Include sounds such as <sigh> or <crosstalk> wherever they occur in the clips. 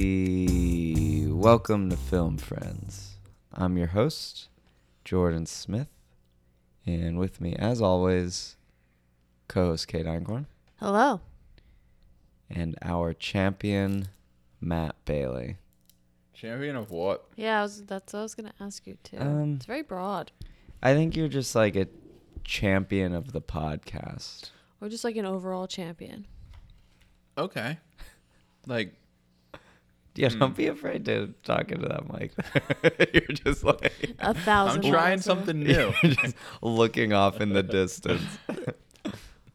Hey, welcome to Film Friends. I'm your host, Jordan Smith, and with me, as always, co-host Kate Einkorn Hello. and our champion, Matt Bailey. Champion of what? Yeah, I was, that's what I was gonna ask you too. Um, it's very broad, I think you're just like a champion of the podcast. or just like an overall champion. Okay. Like Yeah, don't be afraid to talk into that mic. <laughs> you're just like A I'm thousand. trying miles something away. new. <laughs> <laughs> you're just looking off in the distance.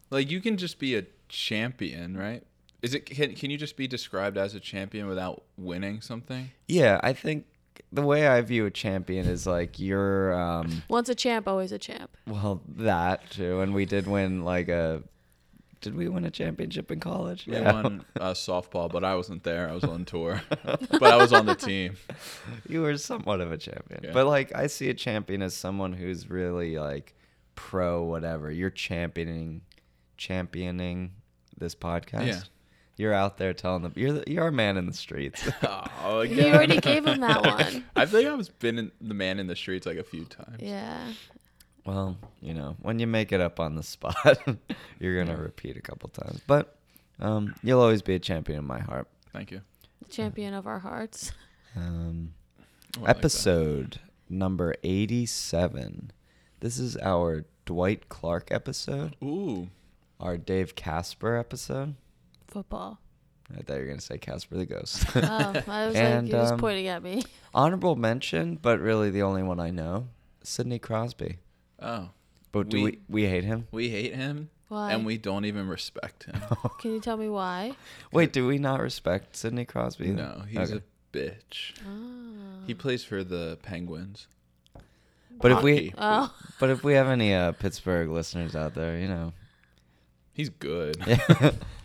like you can just be a champion, right? Is it can can you just be described as a champion without winning something? Yeah, I think the way I view a champion is like you're um Once a champ, always a champ. <laughs> well that too and we did win like a did we win a championship in college? We won uh, softball, but I wasn't there. I was on tour, <laughs> but I was on the team. <laughs> <laughs> You were somewhat of a champion. Yeah. But like I see a champion as someone who's really like pro whatever. You're championing championing this podcast. Yeah. You're out there telling them you're the, you're a man in the streets. <laughs> Oh, You again. already gave him that one. I think I was been in the man in the streets like a few times. Yeah. Well, you know, when you make it up on the <laughs> spot, you're gonna repeat a couple times. But um, you'll always be a champion in my heart. Thank you. The champion of <laughs> our hearts. Um, Oh, I like that. episode number eighty-seven. This is our Dwight Clark episode, Ooh, our Dave Casper episode. Football. I thought you were gonna say Casper the Ghost. <laughs> Uh. Oh, I was And, like, he was um, pointing at me. <laughs> Honorable mention, but really the only one I know, Sidney Crosby. oh, But do We- we we hate <laughs> him? we hate him, Why? and we don't even <laughs> respect him. Can you tell me why? Wait, do we not respect Sidney Crosby? no, he's Okay. a bitch. Oh. He plays for the Penguins. But if we Hockey. Oh. But if we have any uh, Pittsburgh listeners out there, you <laughs> know, <laughs> He's good.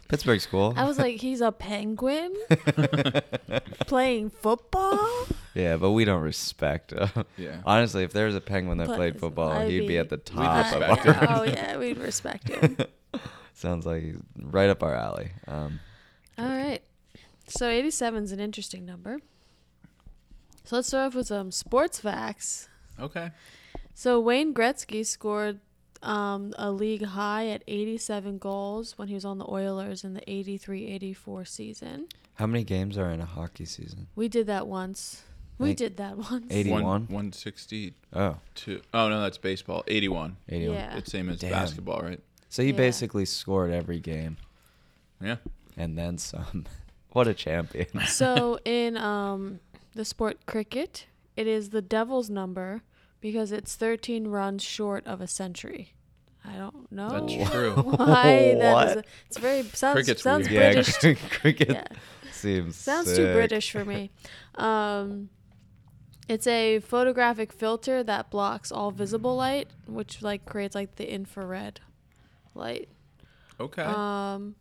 Pittsburgh's cool. I was like, he's a penguin playing football. <laughs> yeah, but we don't respect. Uh, Yeah. Honestly, if there was a Penguin that But played football, I'd he'd be be- at the We'd top of respect our. <laughs> <laughs> him. oh yeah, we'd respect him. Sounds like he's right up our alley. Um, All right. So 87 is an interesting number. So let's start off with some sports facts. Okay. So Wayne Gretzky scored um, a league high at 87 goals when he was on the Oilers in the 83-84 season. how many games are in a hockey season? We did that once. We Like did that <laughs> once. 80 One- 81? 162. Oh, Oh, no, that's baseball. 81. 81. Yeah. It's same as Damn. basketball, right? So he Yeah. basically scored every game Yeah. and then some. <laughs> what a champion. <laughs> <laughs> so in um, the sport cricket, it is the Devil's number because it's 13 runs short of a century. I don't know. Oh. That's <laughs> true. Why that is What? a, it's very sounds Cricket's sounds weird. British. cr- <laughs> cricket Yeah. seems Sounds too sick. British for me. Um, it's a photographic filter that blocks all visible light, which like creates like the infrared light. Okay. Um,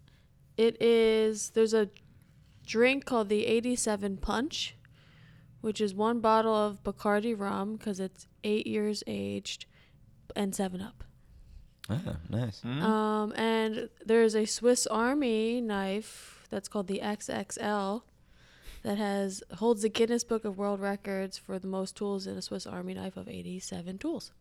it is there's a drink called the 87 Punch, which is one bottle of Bacardi rum because it's eight years aged, and Seven Up. Oh, nice. Hmm? Mm-hmm. Um, and there's a Swiss Army knife that's called the XXL that has holds the Guinness Book of World Records for the most tools in a Swiss Army knife of 87 tools.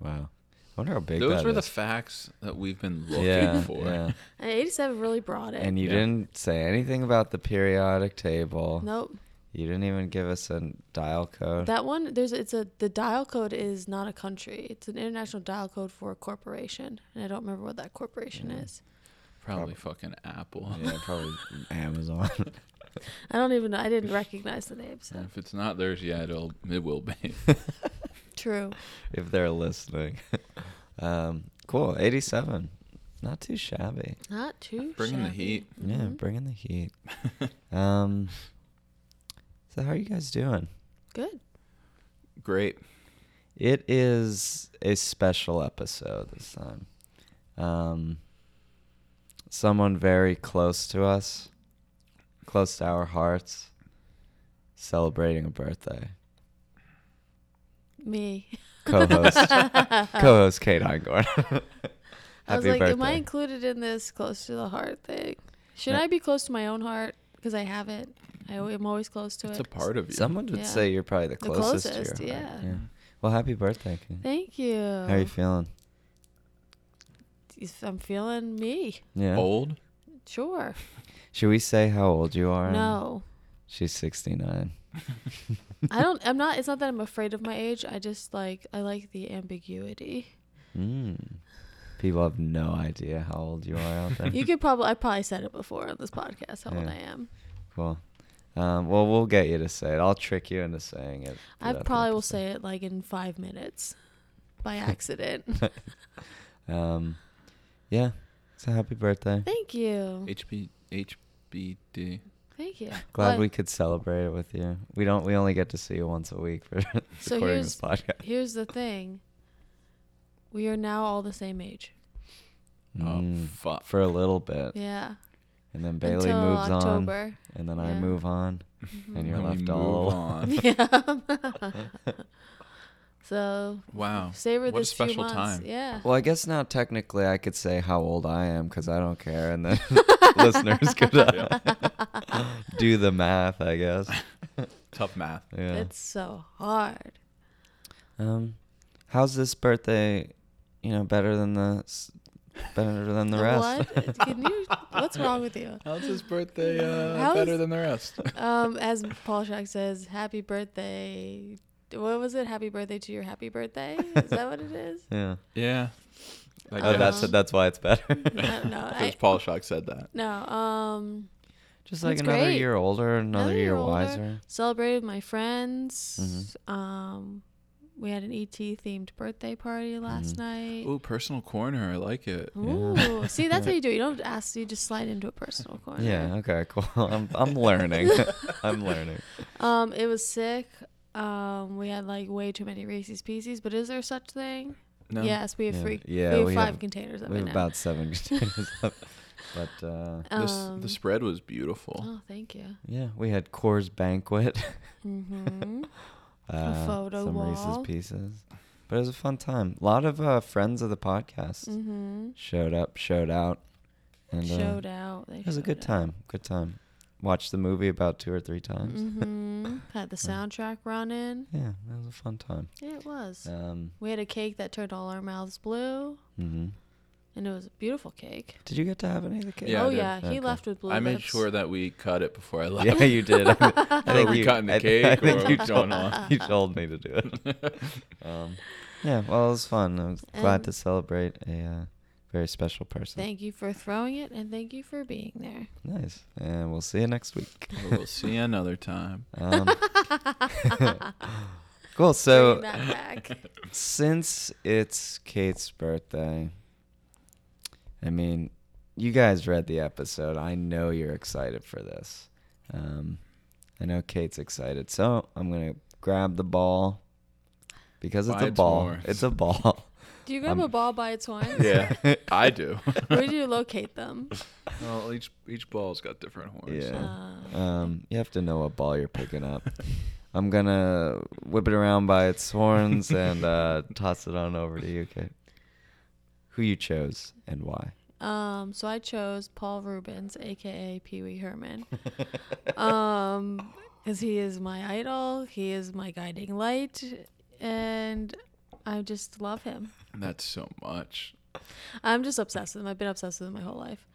Wow. I wonder how big Those that were the is. facts that we've been looking yeah, for. yeah. And 87 really brought it. And you Yeah. didn't say anything about the periodic table. nope, You didn't even give us a dial code. that one there's it's a the dial code is not a country. It's an international dial code for a corporation, and I don't remember what that corporation is. Probably fucking Apple. yeah, probably <laughs> Amazon. I don't even know. I didn't recognize the name. So If it's not theirs yet, it'll, it will be. <laughs> true. if they're listening. <laughs> um, cool. 87. Not too shabby. Not too. Bringing the shabby. Mm-hmm. heat. Yeah, bringing the heat. <laughs> um, so how are you guys doing? Good. Great. It is a special episode this time. Um, someone very close to us, close to our hearts, celebrating a birthday. Me. <laughs> Co-host, co-host Kate Heinkorn. I was Happy like, am I birthday. included in this close to the heart thing? Should I be close to my own heart? Because I have it. I al- am always close to It's it. a part of you. <laughs> Someone would Yeah. say you're probably the The closest, closest, to your heart. yeah. Well, happy birthday. Kate. Thank you. How are you feeling? If I'm feeling me. Yeah. Old. Sure. Should we say how old you are? <laughs> No. She's 69. I don't I'm not it's not that I'm afraid of my age. I just like I like the ambiguity. <laughs> Mm. People have no idea how old you are out there. <laughs> You could probably I probably said it before on this podcast how old Yeah. I am. cool. Um, well, we'll get you to say it. I'll trick you into saying it. I probably will say it like in 5 minutes <laughs> by accident. it. Um, yeah. It's a happy birthday. Thank you. HB HBD. Thank you. Glad Well, we could celebrate it with you. We don't. We only get to see you once a week for <laughs> So recording here's- this podcast. Here's the thing. We are now all the same age. Mm, Oh fuck. for a little bit, Yeah. and then Bailey Until moves on, <laughs> October. <laughs> and then I Yeah. Mm-hmm. move on, and you're Then we left all move alone. on. yeah. so Wow. savor What a this few special months. time. Yeah. <laughs> Well, I guess now technically I could say how old I am because I don't care, and then <laughs> <laughs> listeners could uh, <laughs> do the math. I <laughs> guess. Tough math. Yeah. It's so hard. um, how's this birthday? You know, better than the s- better than the rest. What? Can you, what's wrong with you? How's his birthday uh, How's- better than the rest? Um, as Paul Shack says, happy birthday. What was it? Happy birthday to your happy birthday? Is that what it <laughs> is? <laughs> Yeah. yeah. I Oh, that's Um, that's why it's <laughs> better. <laughs> I don't know. Because I, Paul Shock said that. no. Um, Just like That's another great. year older, another, Another year, year older. wiser. celebrated with my friends. Mm-hmm. Um, we had an ET themed birthday party Mm-hmm. last night. Ooh, personal corner. I like it. Ooh, Yeah. <laughs> see, that's how you do it. You don't have to ask, you just slide into a personal corner. Yeah. Okay. Cool. <laughs> I'm <laughs> I'm learning. <laughs> I'm learning. Um, it was sick. Um, we had like way too many Reese's Pieces, but is there such thing? No. Yes, we have Yeah. three. Yeah, we have we five have- containers of We it have now. about <laughs> seven containers up, but uh, This, Um, the spread was beautiful. oh, thank you. yeah, we had Coors Banquet. <laughs> hmm uh, photo some wall. Reese's Pieces. But it was a fun time. A lot of uh, friends of the podcast hmm showed up, showed out, and uh, Showed out. They it was a good time. Good time. Watched the movie about two or three times. Mm-hmm. Had <laughs> the soundtrack running. Yeah, that was a fun time. It was. Um, We had a cake that turned all our mouths blue, mhm. and it was a beautiful cake. Did you get to have any of the cake? Yeah, I oh did. yeah, he Okay. left with blue. I made lips. sure that we cut it before I <laughs> left. Yeah, you did. I, <laughs> think- I Were we cutting the I think- I cake, think or you what's told- going on? You told me to do it. <laughs> um, yeah, well, it was fun. I was glad And- to celebrate a uh, very special person. Thank you for throwing it, and thank you for being there. Nice. And we'll see you next week. <laughs> we'll see you another <laughs> time. Um, cool. So, Bringing that <laughs> back. since it's Kate's birthday, I mean, you guys read the episode. I know you're excited for this. Um, I know Kate's excited. So, I'm going to grab the ball because it's Buy a it ball. more. It's a ball. Do you grab I'm- a ball by its horns? <laughs> Yeah, <laughs> I do. Where do you locate them? Well, each each ball's got different horns. Yeah. Uh, Um, you have to know what ball you're picking up. I'm gonna whip it around by its horns and uh, toss it on over to you, Kate. Who you chose and why? Um, so I chose Paul Rubens, aka Pee Wee Herman, <laughs> um, because he is my idol. He is my guiding light, and I just love him. That's so <laughs> much. I'm just obsessed with him. I've been obsessed with him my whole life.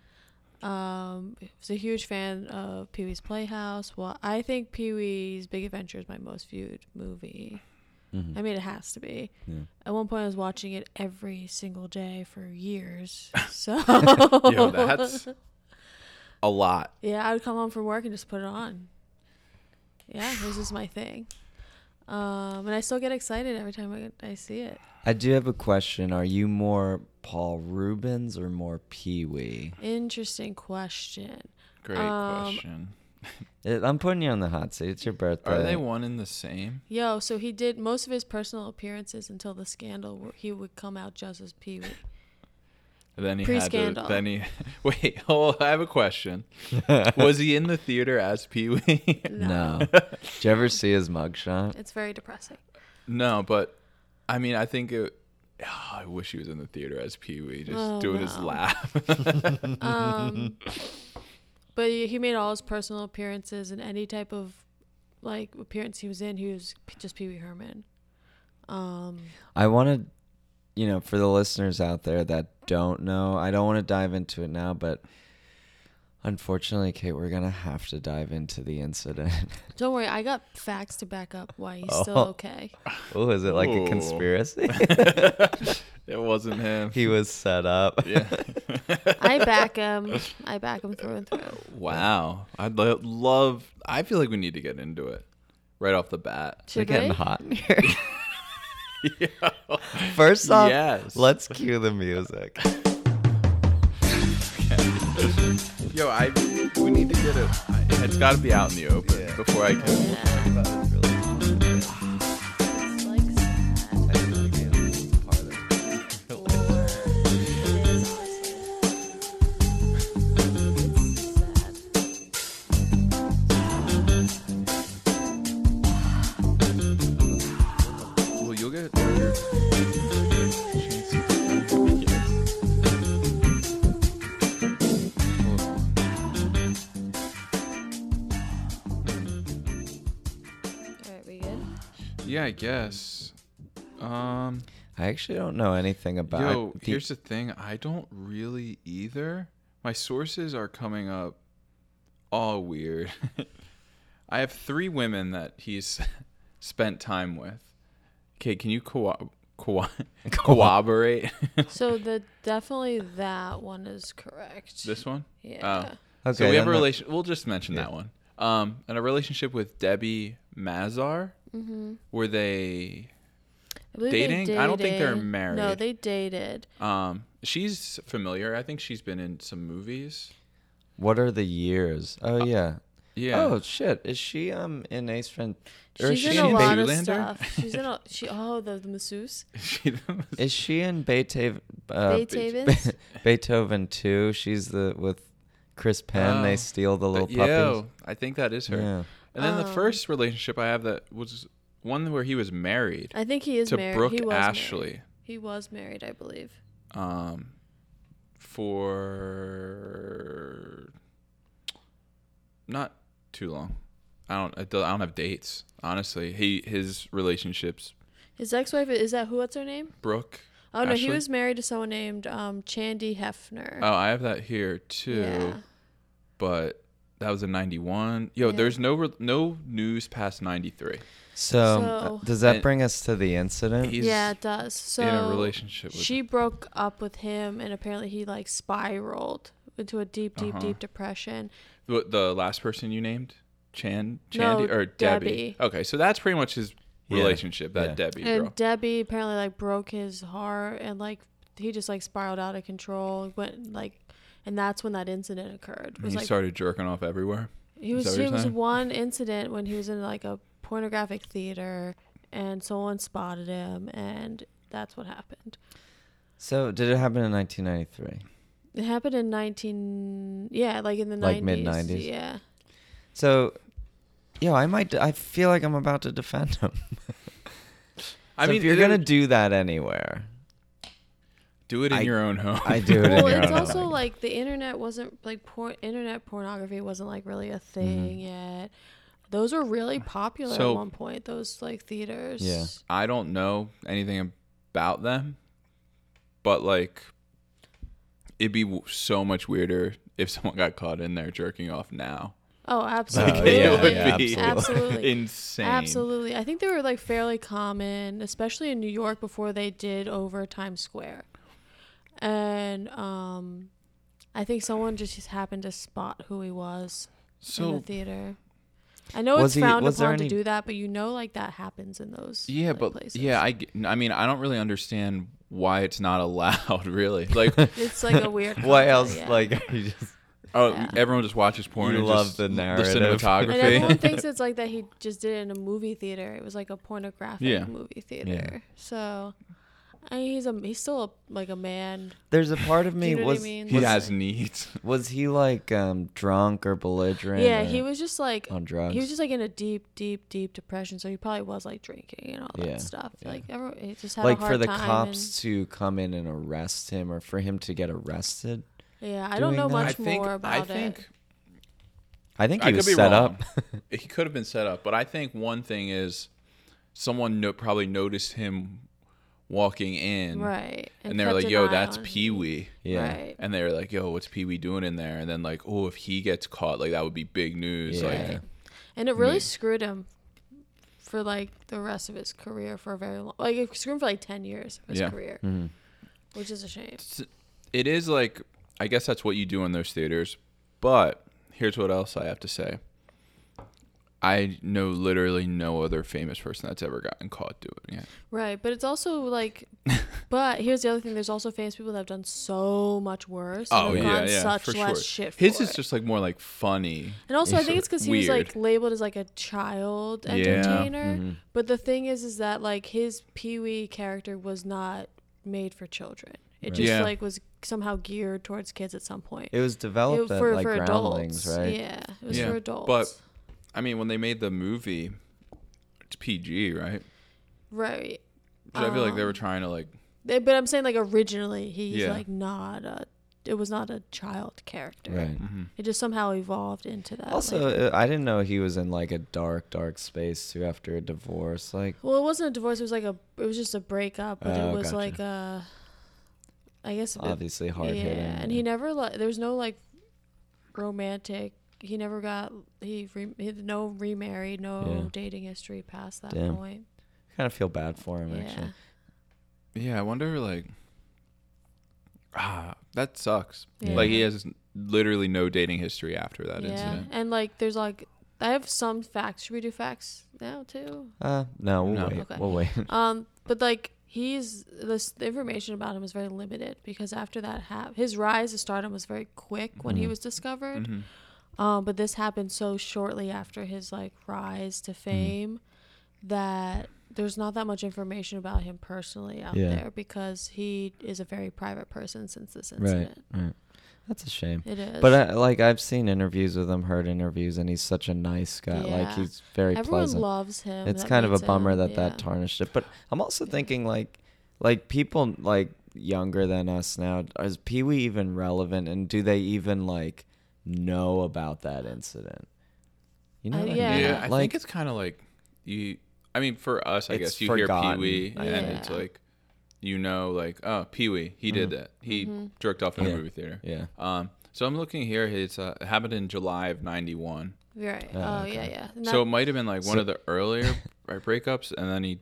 Um, was a huge fan of Pee Wee's Playhouse. Well, I think Pee Wee's Big Adventure is my most viewed movie. I mean, it has to be. Yeah. At one point, I was watching it every single day for years. So Yo, that's a lot. Yeah, I would come home from work and just put it on. Yeah, this is my thing. Um, and I still get excited every time I, I see it. I do have a question. Are you more Paul Rubens or more Pee Wee? Interesting question. Great Um, question. It- Eh, I'm putting you on the hot seat. It's your birthday. Are they one and the same? Yo, so he did most of his personal appearances until the scandal where he would come out just as Pee Wee. Then he Pre-scandal. had to. Then he. <laughs> Wait. Oh, I have a question. <laughs> Was he in the theater as Pee Wee? <laughs> <laughs> No. Did you ever see his mugshot? It's very depressing. no, but I mean, I think it. Oh, I wish he was Oh, in the theater as Pee Wee, just Oh, doing his <laughs> no. laugh. Um, But he he made all his personal appearances and any type of like appearance he was in, he was p- just Pee Wee Herman. Um, I want to, you know, for the listeners out there that don't know, I don't want to dive into it now, but unfortunately, Kate, we're going to have to dive into the <laughs> incident. don't worry, I got facts to back up why he's still Oh. okay. oh, is it like Ooh. a <laughs> conspiracy? <laughs> It wasn't <laughs> him. he was set up. yeah. I back him. I back him through and through. Wow. I'd lo- love. I feel like we need to get into it right off <laughs> the bat. Is it Should getting we? hot in here? First off, Yes. let's cue the music. Yo, I. We need to get it. It's got to be out in the open Yeah. before I can. Yeah. It's like sad. It is honestly sad. Well, you'll get. All right, we good? Yeah, I guess. Um. I actually don't know anything about Yo, the- here's the thing. I don't really either. My sources are coming up all weird. <laughs> I have three women that he's <laughs> spent time with. Okay, can you co- <laughs> co- corroborate So the definitely that one is correct. this one? oh. yeah. Okay, so we have then a let- relation. We'll just mention Yeah. that one. Um, and a relationship with Debbie Mazar. Were they? I believe they Dating? I don't think they're married. No, they dated. Um, she's familiar. I think she's been in some movies. What are the years? Oh yeah. Yeah. Oh shit. Is she um in Ace Friend? or is She's in she a in Bay- lot Zoolander? of <laughs> stuff. She's in a she. Oh, the, the masseuse. <laughs> She- Is she in Beethoven? Uh, Beethoven's? Beethoven two. She's the with Chris Penn. Oh. They steal the little Yo, I think that is her. puppies. Yeah. And then the Um, first relationship I have that was one where he was married I think he is to married. Brooke he was Married. Ashley He was married, I believe. um, for not too long. I don't. I don't I don't have dates. Honestly, he his relationships. His ex-wife is that who? What's her name? Brooke. Oh no, he Ashley? was married to someone named um, Chandy Hefner. Oh, I have that here too. Yeah. But that was in '91. Yo, Yeah. there's no re- no news past '93. So, um, So- does that And- bring us to the incident? He's yeah, it does. So in a relationship with. she broke up with him, and apparently he like spiraled into a deep, deep, Uh-huh. deep depression. What the last person you named? Chan No, Chandy or Debbie. Debbie. Okay, so that's pretty much his Yeah, relationship, that yeah. Debbie and girl. Debbie apparently like broke his heart, and like he just like spiraled out of control. Went like, and that's when that incident occurred. It And was he like started jerking off everywhere. He Is that was what you're it was saying? one incident when he was in like a pornographic theater and someone spotted him and that's what happened. so, did it happen in 1993? It happened in 19 yeah, like in the Like 90s. mid-nineties? Yeah. So, yo, I might. I feel like I'm about to defend him. I So mean, if you're there- gonna do that anywhere, do it in I- your own home. I do it. in Well, your it's own also home. like the internet wasn't like porn internet pornography wasn't like really a thing yet. Those were really popular Mm-hmm. So- at one point. Those like theaters. Yeah. I don't know anything about them, but like, it'd be w- so much weirder if someone got caught in there jerking off now. Oh, absolutely. yeah, it would yeah, be absolutely. <laughs> insane. Absolutely. I think they were like fairly common, especially in New York before they did over Times Square. And um I think someone just happened to spot who he was in the So theater. I know Was it's he- frowned was there upon any- to do that, but you know like that happens in those Yeah, like, but places. yeah, I, g- I mean, I don't really understand why it's not <laughs> allowed, really. Like, It's like a <laughs> weird Why else? concept, yeah. Like, are you just oh, Yeah. everyone just watches porn. You and love just the the narrative. cinematography. and <laughs> everyone thinks it's like that he just did it in a movie theater. It was like a pornographic Yeah. movie theater. So I mean, he's a he's still a, like a man. <laughs> There's a part of me know what I was mean? <laughs> he was, has needs. was he like um drunk or belligerent? Yeah, or he was just like on drugs. he was just like in a deep, deep, deep depression. So he probably was like drinking and all Yeah, that stuff. yeah. Like everyone, he just had like a hard for the time cops to come in and arrest him or for him to get arrested. and- yeah, I doing don't know that. <laughs> much I think. more I about think. it. I think I he could was be set wrong. up. <laughs> he could have been set up, but I think one thing is someone no- probably noticed him walking in, right. and, they were kept like, an "Yo, eye that's on him. Pee Wee," <laughs> yeah. Right. and they were like, "Yo, what's Pee Wee doing in there?" And then like, "Oh, if he gets caught, like that would be big news." Yeah. Like, And it really Me. screwed him for like the rest of his career for a very long like it screwed him for like ten years of his Yeah. career. Which is a shame. it is like I guess that's what you do in those theaters. But here's what else I have to say. I know literally no other famous person that's ever gotten caught doing it. Right. But it's also <laughs> like but here's the other thing, there's also famous people that have done so much worse. Oh, and have gotten such less shit for His is it. just like more like funny. And also, I think it's because he was Weird. like labeled as like a child Yeah. entertainer. But the thing is, is that like his Pee Wee character was not made for children. It just Yeah. like was somehow geared towards kids at some point. It was It- developed at, like Groundlings, right? Yeah, it was Yeah, for but- adults. I mean, when they made the movie, it's PG, right? right. But I feel like they Um. were trying to like They- But I'm saying like originally he's Yeah. like not a. It was not a child character. Right. It just somehow evolved into that. Also, like- uh, I didn't know he was in like a dark, dark space too after a divorce. Like, well, it wasn't a divorce. It was like a. It was just a breakup, but Oh, it was gotcha. like a. I guess. it- obviously hard yeah, hitting. and he never like there was no like romantic. He never got he, re, he had no remarried, no Yeah. dating history past that Damn. point. kind of feel bad for him yeah, actually. Yeah, I wonder like ah, that sucks. Yeah. Like he has literally no dating history after that yeah, incident. and like there's like I have some facts. Should we do facts now too? Uh, no, we'll No. wait. Okay. We'll wait. Um, but like he's this the information about him is very limited because after that hap- his rise to stardom was very quick when Mm-hmm. he was discovered. Mm-hmm. Um, but this happened so shortly after his like rise Mm-hmm. to fame that there's not that much information about him personally out Yeah. there because he is a very private person since this <laughs> right, incident. right. That's a shame. It is. But I, like I've seen interviews with him, heard interviews, and he's such a nice guy. Like Yeah. he's very everyone pleasant. loves him. it's that kind of a meets bummer him, that yeah. that tarnished it. But I'm also thinking like, like people like younger than us now is Pee Wee even relevant, and do they even like know about that incident? You know, Uh, what I Yeah, Yeah. mean? I like think it's kind of like you I mean for us, I It's guess you forgotten, hear Pee Wee I and think. it's like you know like oh, Pee Wee, he did that. He jerked off in Mm-hmm. Yeah. a movie theater. yeah, Um so I'm looking here it's uh, it happened in July of 91. Right. Oh, Oh, yeah, okay. yeah. And so it that- might have been like one So- of the earlier <laughs> breakups and then he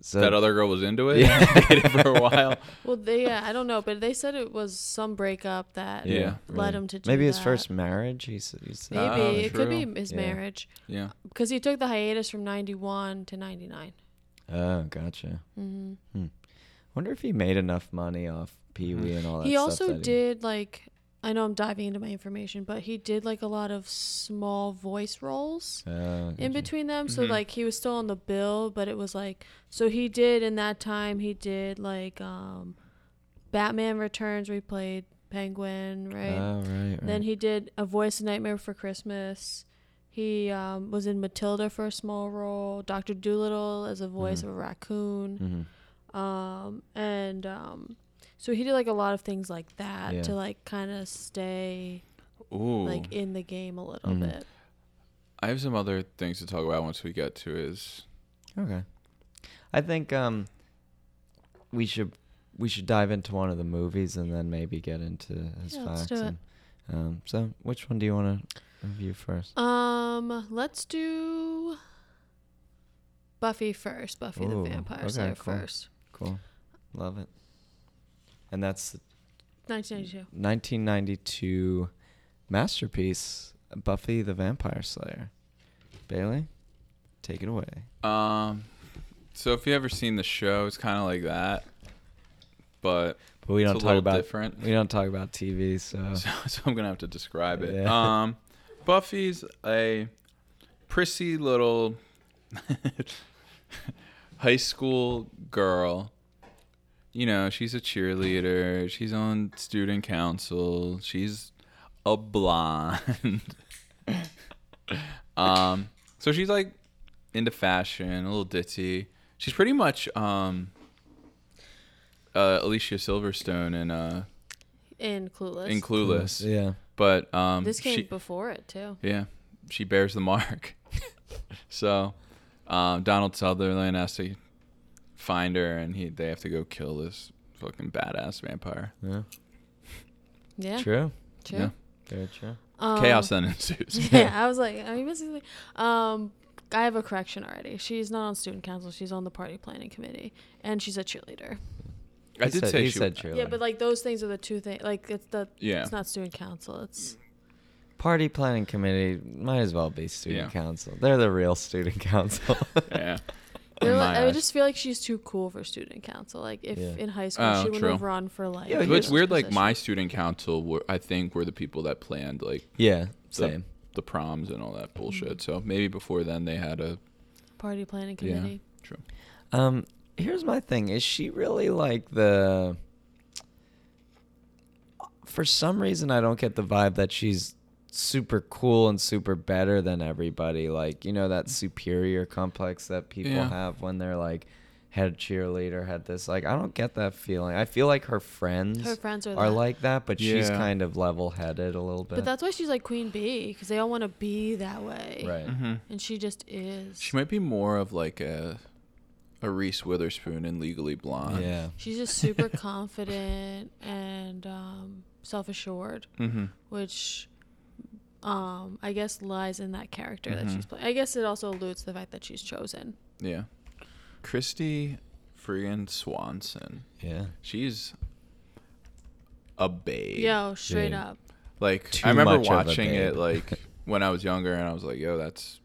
so that other girl was into it <laughs> and dated for a <laughs> while. well, they, yeah, I don't know, but they said it was some breakup that Yeah. led him to do maybe his that. first marriage. He said, he said- Maybe Oh, it could true. be his Yeah. marriage Yeah. because he took the hiatus from '91 to '99. "Oh, gotcha." Hmm. Wonder if he made enough money off Pee Mm. Wee and all that. He stuff also that did like I know I'm diving into my information, but he did like a lot of small voice roles Oh, in between them. Mm-hmm. So like he was still on the bill, but it was like so he did in that time he did like um Batman Returns where he played Penguin, right? Oh, right, right. Then he did A Voice a Nightmare for Christmas. He um, was in Matilda for a small role. Doctor Doolittle as a voice of a raccoon. Mm-hmm. Um, and um, so he did like a lot of things like that Yeah. to like kind of stay Ooh. like in the game a little bit. I have some other things to talk about once we get to his. Okay. I think um we should we should dive into one of the movies and then maybe get into his Yeah, facts. let's do it. And, um so which one do you want to review first? Um, let's do Buffy first. Buffy Ooh, the Vampire okay, Slayer cool. first. Cool. Love it. And that's 1992. 1992 masterpiece Buffy the Vampire Slayer. Bailey, take it away. Um, so if you ever seen the show, it's kind of like that, but But we It's don't a talk little about different. we don't talk about TV, so <laughs> so, so I'm gonna have to describe it. Yeah. Um, Buffy's a prissy little <laughs> high school girl. You know, she's a cheerleader. She's on student council. She's a blonde. <laughs> um, so she's like into fashion, a little ditzy. She's pretty much um, uh, Alicia Silverstone in uh, In Clueless. in Clueless. yeah. But um, this came she, before it too. yeah, she bears the mark. <laughs> so um, Donald Sutherland has to find her, and he they have to go kill this fucking badass vampire. Yeah. Yeah, true. True. yeah. Very true. Um, Chaos then ensues. <laughs> <laughs> yeah, I was like, are you missing? something? Um, I have a correction already. She's not on student council. She's on the party planning committee, and she's a cheerleader. I He did said, say he she. said true. Yeah, but like those things are the two things. Like it's the Yeah. it's not student council. It's Party planning committee might as well be student Yeah. council. They're the real student <laughs> council. yeah. They're In like- my I eyes. just feel like she's too cool for student council. Like if Yeah. in high school Oh, she would true. have run for like. Yeah, a but What's it's leadership weird, like my position. student council, were, I think, were the people that planned like yeah. the, Same. the proms and all Mm-hmm. that bullshit. So maybe before then they had a party planning Yeah. committee. true. Um, here's my thing: Is she really like the? For some reason, I don't get the vibe that she's super cool and super better than everybody. Like you know that superior complex that people Yeah. have when they're like head cheerleader, had this. Like I don't get that feeling. I feel like her friends, Her friends are are that. like that, but she's Yeah. kind of level-headed a little bit. But that's why she's like Queen Bee because they all want to be that way. right. Mm-hmm. And she just is. She might be more of like a a Reese Witherspoon in Legally Blonde. Yeah. She's just super <laughs> confident and um, self assured, Mm-hmm. which um, I guess lies in that character that Mhm. she's playing. I guess it also alludes to the fact that she's chosen. Yeah. Christy friggin' Swanson. Yeah. She's a babe. Yo, straight Dude. up. Like Too I remember much of a watching it babe. <laughs> like when I was younger, and I was like, "Yo, that's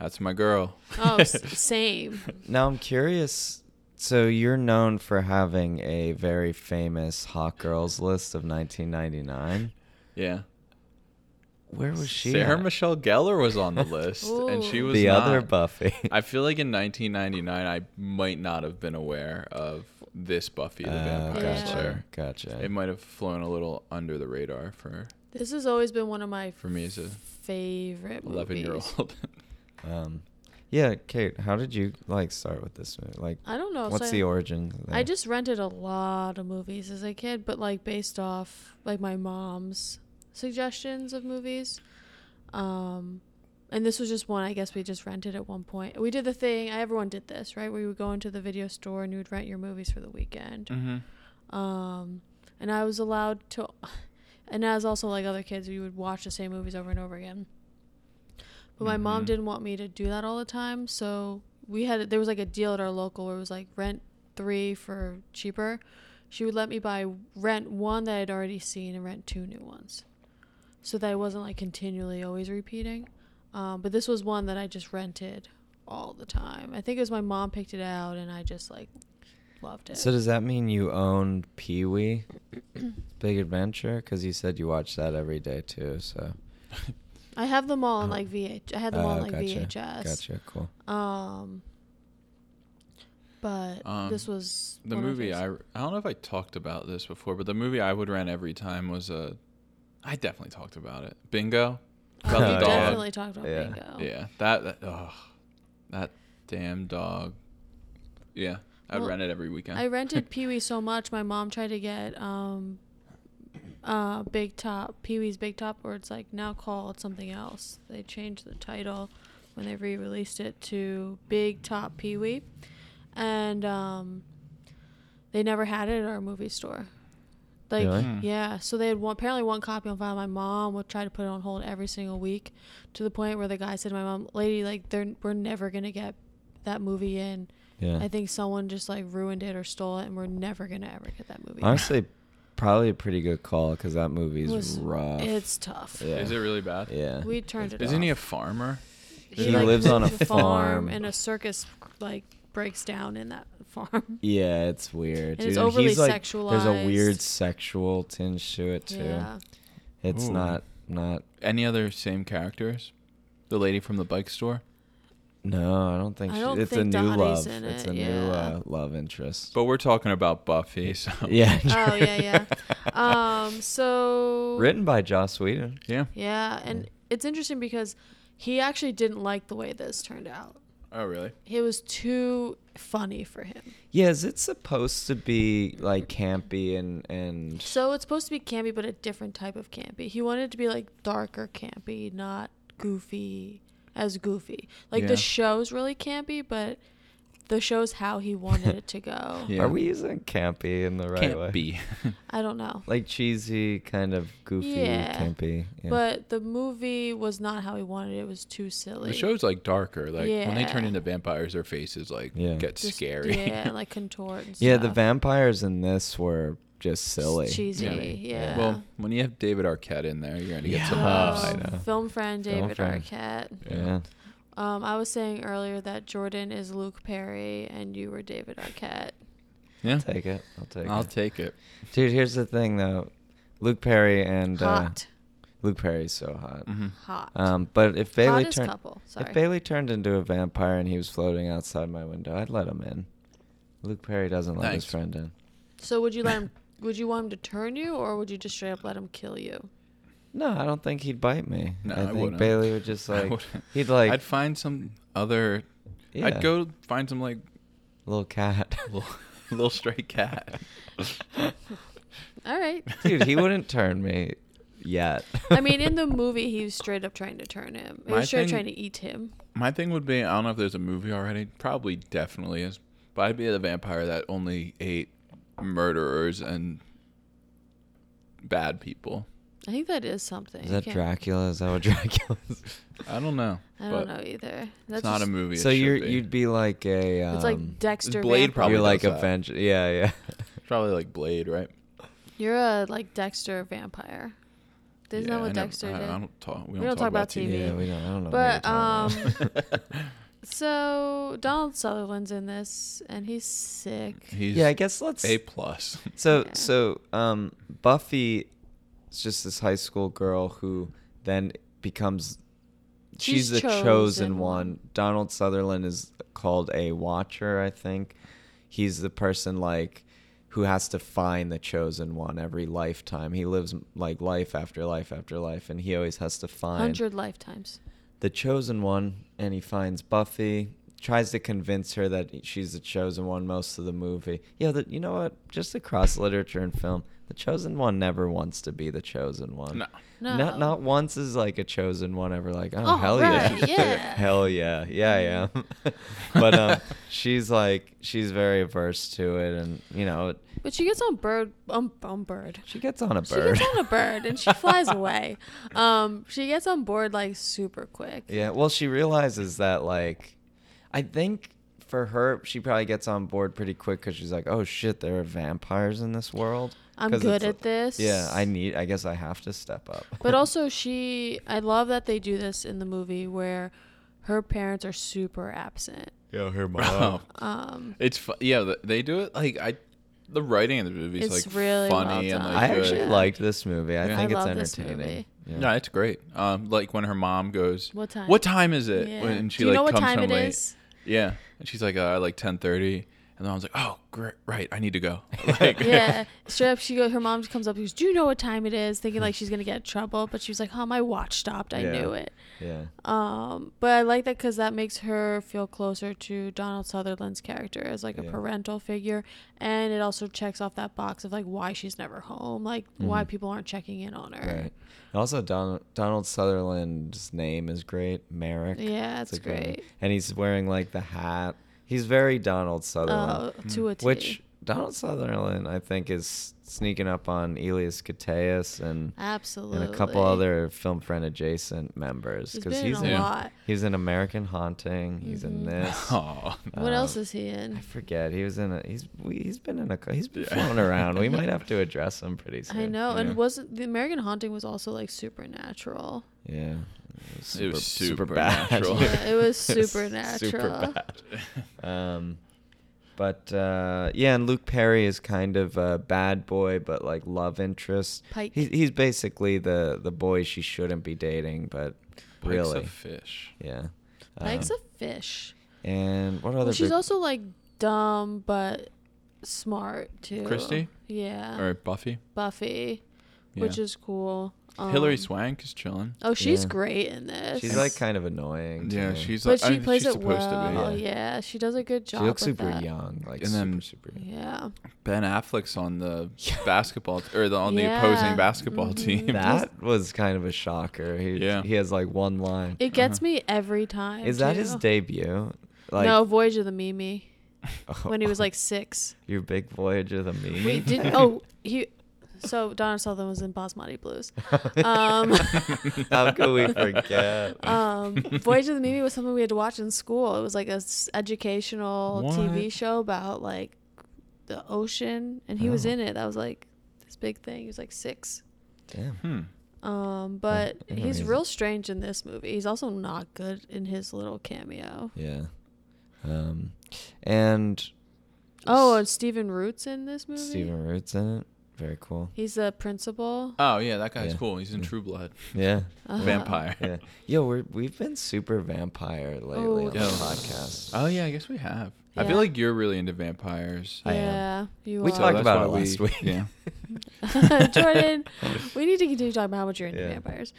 that's my girl." Oh, s- same. Now I'm curious. So you're known for having a very famous hot girls list of 1999. <laughs> Yeah. Where was she? Sarah at? Michelle Gellar was on the list, and she Ooh. was the other not. Buffy. I feel like in 1999, I might not have been aware of this Buffy the Uh, Vampire Yeah. Slayer. Gotcha. Gotcha. It might have flown a little under the radar for This has always been one of my for me as a favorite 11 year movies. <laughs> old. um, yeah, Kate. How did you like start with this movie? Like, I don't know. so what's I- the origin? I there? just rented a lot of movies as a kid, but like based off like my mom's suggestions of movies. Um and this was just one I guess we just rented at one point. We did the thing, everyone did this, right? Where you would go into the video store and you would rent your movies for the weekend. <laughs> mm-hmm. Um and I was allowed to and as also like other kids, we would watch the same movies over and over again. But my mom Mm-hmm. Mhm. didn't want me to do that all the time, so we had there was like a deal at our local where it was like rent three for cheaper. She would let me buy rent one that I'd already seen and rent two new ones, so that I wasn't like continually always repeating. Um, but this was one that I just rented all the time. I think it was my mom picked it out, and I just like loved it. So does that mean you own Pee <clears throat> Wee, Big Adventure? Because you said you watch that every day too. So. I have them all on Oh. like VH. I had them all on Oh, like gotcha. VHS. Gotcha. Cool. Um, but Um, this was The one of my movie I, faves. I don't know if I talked about this before, but the movie I would rent every time was a. I definitely talked about it. Bingo. Oh, <laughs> About the we dog. definitely talked about Yeah. Bingo. Yeah. That. that oh, that damn dog. Yeah. I'd Well, rent it every weekend. I <laughs> rented Pee Wee so much. My mom tried to get um, uh, Big Top Pee Wee's Big Top, or it's like now called something else. They changed the title when they re-released it to Big Top Pee Wee, and um, they never had it at our movie store. Like Really? Hmm. yeah, so they had one, apparently one copy on file. My mom would try to put it on hold every single week, to the point where the guy said to my mom, "Lady, like they're we're never gonna get that movie in." Yeah. I think someone just like ruined it or stole it, and we're never gonna ever get that movie. Honestly, <laughs> probably a pretty good call because that movie's Was- rough. it's tough. Yeah. Is it really bad? yeah. We turned it. Isn't he a off. farmer? he lives on a owns farm. and a circus like breaks down in that <laughs> farm. Yeah, it's weird. And it's dude. overly He's like, There's a weird sexualized. sexual tinge to it too. <laughs> Yeah, It's Ooh. not not Any other same characters? The lady from the bike store? no, I don't think I she, don't it's think a new love. Dottie's in It's it, a new yeah. uh, love interest. But we're talking about Buffy, <laughs> so yeah. Oh, <laughs> yeah, yeah. Um, so- written by Joss Whedon. yeah. yeah, and it's interesting because he actually didn't like the way this turned out. Oh, really? It was too funny for him. Yeah, is it supposed to be like campy and and So it's supposed to be campy, but a different type of campy. He wanted it to be like darker campy, not goofy as goofy. Like Yeah. the show's really campy, but the show's how he wanted it <laughs> to go. Yeah. are we using campy in the right way? I don't know. Like cheesy, kind of goofy, Yeah, campy. Yeah. But the movie was not how he wanted it. It was too silly. <laughs> the show's like darker. Like when they turn Yeah. into vampires, their faces like Yeah. get Just- scary. <laughs> Yeah, like contort and yeah, the stuff. vampires in this were just silly. cheesy. Yeah. Yeah. Well, when you have David Arquette in there, you're gonna get some Yeah. Oh, laughs. I Um, know. Film friend David friend. Arquette. Yeah. Um, I was saying earlier that Jordan is Luke Perry and you were David Arquette. Yeah, Take it. I'll take I'll it. take it. Dude, here's the thing though. Luke Perry and hot, Uh, Luke Perry's so hot. Mhm. hot, Um, but if Bailey Hottest turned couple, sorry. if Bailey turned into a vampire and he was floating outside my window, I'd let him in. Luke Perry doesn't let Thanks. his friend in. So would you let <laughs> him? would you want him to turn you, or would you just straight up let him kill you? No, I don't think he'd bite me. No, I I think wouldn't. Bailey would just <laughs> I like wouldn't. he'd like I'd find some other. yeah, I'd go find <laughs> some like little cat. little, little stray cat. All right. <laughs> Dude, he wouldn't turn me yet. I mean, in the movie, he was straight up trying to turn him. He My was straight up thing- trying to eat him. <laughs> My thing would be I don't know if there's a movie already. Probably definitely is. But I'd be the vampire that only ate murderers and bad people. I think that is <laughs> something. Is I that can't- Dracula? Is that what Dracula is? I don't know. I but don't know either. That's It's not a just- movie. it so should you're be. you'd be like a um, It's like Dexter. Blade vampire. probably you're like does a that. venge- yeah, yeah. probably like Blade, right? You're a like Dexter vampire. Isn't Yeah, that I what know- Dexter I, did? I don't talk. We don't, don't talk about TV. Yeah, we don't I don't know. what But you're um, talking <laughs> so Donald Sutherland's in this, and he's sick. about. He's yeah, I guess let's a plus. <laughs> So Yeah. so um Buffy is just this high school girl who then becomes she's She's the chosen, chosen one. one. Donald Sutherland is called a watcher, I think. He's the person like who has to find the chosen one every lifetime. He lives like life after life after life and he always has to find Hundred lifetimes. the chosen one and he finds Buffy, tries to convince her that she's the chosen one most of the movie. Yeah, the, you know what? Just across literature and film, the chosen one never wants to be the chosen one. No. No. Not not once is like a chosen one ever like, oh, Oh, hell yeah. right, yeah. <laughs> hell yeah. Yeah, I am. <laughs> but um she's like she's very averse to it and you know, But she gets on bird on, on bird. she gets on a She bird. gets on a bird and she <laughs> <laughs> flies away. Um, she gets on board like super quick. Yeah, <laughs> well, she realizes that, like, I think for her, she probably gets on board pretty quick because she's like, oh shit, there are vampires in this world. I'm 'Cause good it's- at this. Yeah, I need, I guess I have to step up. But also, she I love that they do this in the movie where her parents are super absent. yeah, her Wow. Um, It's fu- yeah, th- they do it like I the writing of the movie is It's like really well funny and done. <laughs> like I actually good. liked this movie. I Yeah. think I it's love this entertaining. movie. Yeah. No, it's great. Um like when her mom goes What time? What time is it? yeah. When she do you like know what comes time home it late. is? Yeah. And she's like uh, like 10:30 and the mom's like, "Oh, great, right, I need to <laughs> go." <laughs> <laughs> Like yeah. Straight up, she go. Her mom comes up. and goes, "Do you know what time it is?" Thinking like she's gonna get in trouble, but she was like, "Oh, my watch stopped. I Yeah. knew it." yeah. Um, but I like that because that makes her feel closer to Donald Sutherland's character as like a Yeah. parental figure, and it also checks off that box of like why she's never home, like why people aren't checking in on her. Mm-hmm. Right. Also, Don- Donald Sutherland's name is great. Merrick. Yeah, that's a good name. great. And he's wearing like the hat. He's very Donald Sutherland. Oh, to a T. Which Donald Sutherland, I think, is sneaking up on Elias Cateas and absolutely and a couple other film friend adjacent members He's because been he's in a in, lot. Mm-hmm. he's in American Haunting. He's in this. <laughs> Aw. What uh, else is he in? I forget. He was in a. He's we, he's been in a. cou- He's been Yeah. flown around. <laughs> We might have to address him pretty soon. I know, yeah. and wasn't the American Haunting was also like supernatural. Yeah. It was <laughs> supernatural. Yeah, it was Super supernatural. <laughs> bad. Um, but uh, yeah, and Luke Perry is kind of a bad boy, but like love interest. Pike. He's he's basically the the boy she shouldn't be dating, but Pike's really, a fish. yeah. Pike's Um, a fish. and what other? Well, she's big- also like dumb but smart too. Christy? Yeah. Or Buffy? Buffy. which is cool. Um, Hillary Swank is chilling. Oh, she's Yeah. great in this. She's like kind of annoying. Yeah, too. she's but like I she mean, plays she's it supposed well. to be. yeah. yeah. she does a good job. she looks with super that. young, like And then- super super. young. <laughs> Yeah. Ben Affleck's <laughs> on the basketball t- or the, on the Yeah. Mm-hmm. opposing basketball <laughs> team. That was kind of a shocker. He Yeah. he has like one line. It gets me every time. Is that his too. debut? Like no, Voyage of the Mimi. Oh. When he <laughs> was like six. your big Voyager the meme. <laughs> We didn't. Oh, he. So Donna Sutherland was in Basmati Blues. Um, <laughs> How could we forget? um, Voyage of the Mimi was something we had to watch in school. It was like a s- educational TV What? show about like the ocean, and he was Oh. in it. That was like this big thing. He was like six. Damn. Hmm. Oh, Um, but I know he's he's- real strange in this movie. He's also not good in his little cameo. Yeah. Um, and Oh, and Stephen Root's in this movie. Stephen Root's in it. Very cool. He's the principal. Oh yeah, that guy's Yeah. cool. He's in Mm. True Blood. Yeah. Uh-huh. Vampire. Yeah. Yo, we're, <laughs> we've been super vampire lately Oh, on the Yeah. podcast. Oh yeah, I guess we have. I Yeah. feel like you're really into vampires. I am. yeah, you We are. So talked that's about it why last week. Yeah. <laughs> Jordan, we need to continue talking about how much you're into Yeah. vampires.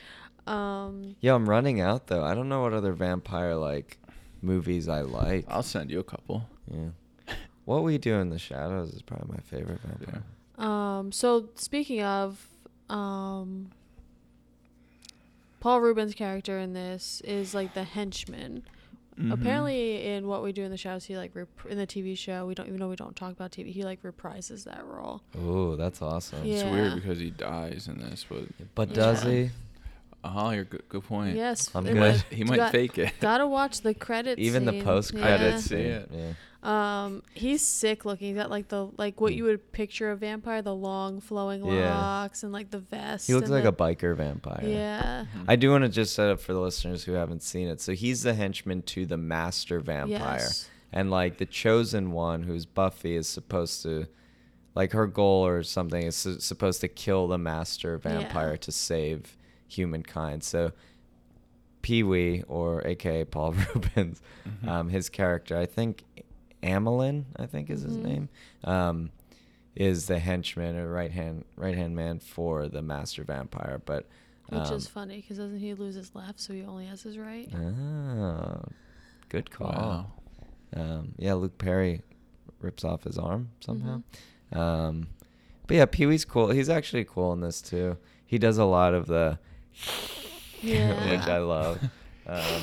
Um, <laughs> Yo, I'm running out though. I don't know what other vampire like movies I like. I'll send you a couple. Yeah. What we do in the shadows is probably my favorite vampire. um, so speaking of, um, Paul Rubin's character in this is like the henchman. Mhm. Apparently, in what we do in the shows, he like rep- in the TV show. We don't even know we don't talk about TV. He like reprises that role. Oh, that's awesome. Yeah. It's weird because he dies in this, but But Yeah. does he? oh, you're good. Good point. Yes, I'm it He good. might, was- he might got- fake it. Gotta watch the credits. Even the scene. post Yeah. credits. see it. Yeah. Um, he's sick looking. He's got like the like what you would picture a vampire, the long flowing Hmm. Yeah. locks and like the vest. He looks and like the- a biker vampire. Yeah. I do want to just set up for the listeners who haven't seen it. So he's the henchman to the master vampire. Yes. And like the chosen one, who's Buffy, is supposed to, like her goal or something, is su- supposed to kill the master vampire Yeah. to save humankind. So Pee Wee, or AKA Paul <laughs> Rubens, um, his character, I think Amelin, I think is his Mhm. name, um, is the henchman or right hand right hand man for the master vampire. But Which is um, funny because doesn't he lose his left, so he only has his right? Oh, good call. <laughs> Wow. Um, yeah, Luke Perry rips off his arm somehow. Mm-hmm. Um, but yeah, Pee Wee's cool. He's actually cool in this too. He does a lot of the, <laughs> which I Yeah. <laughs> love. Um,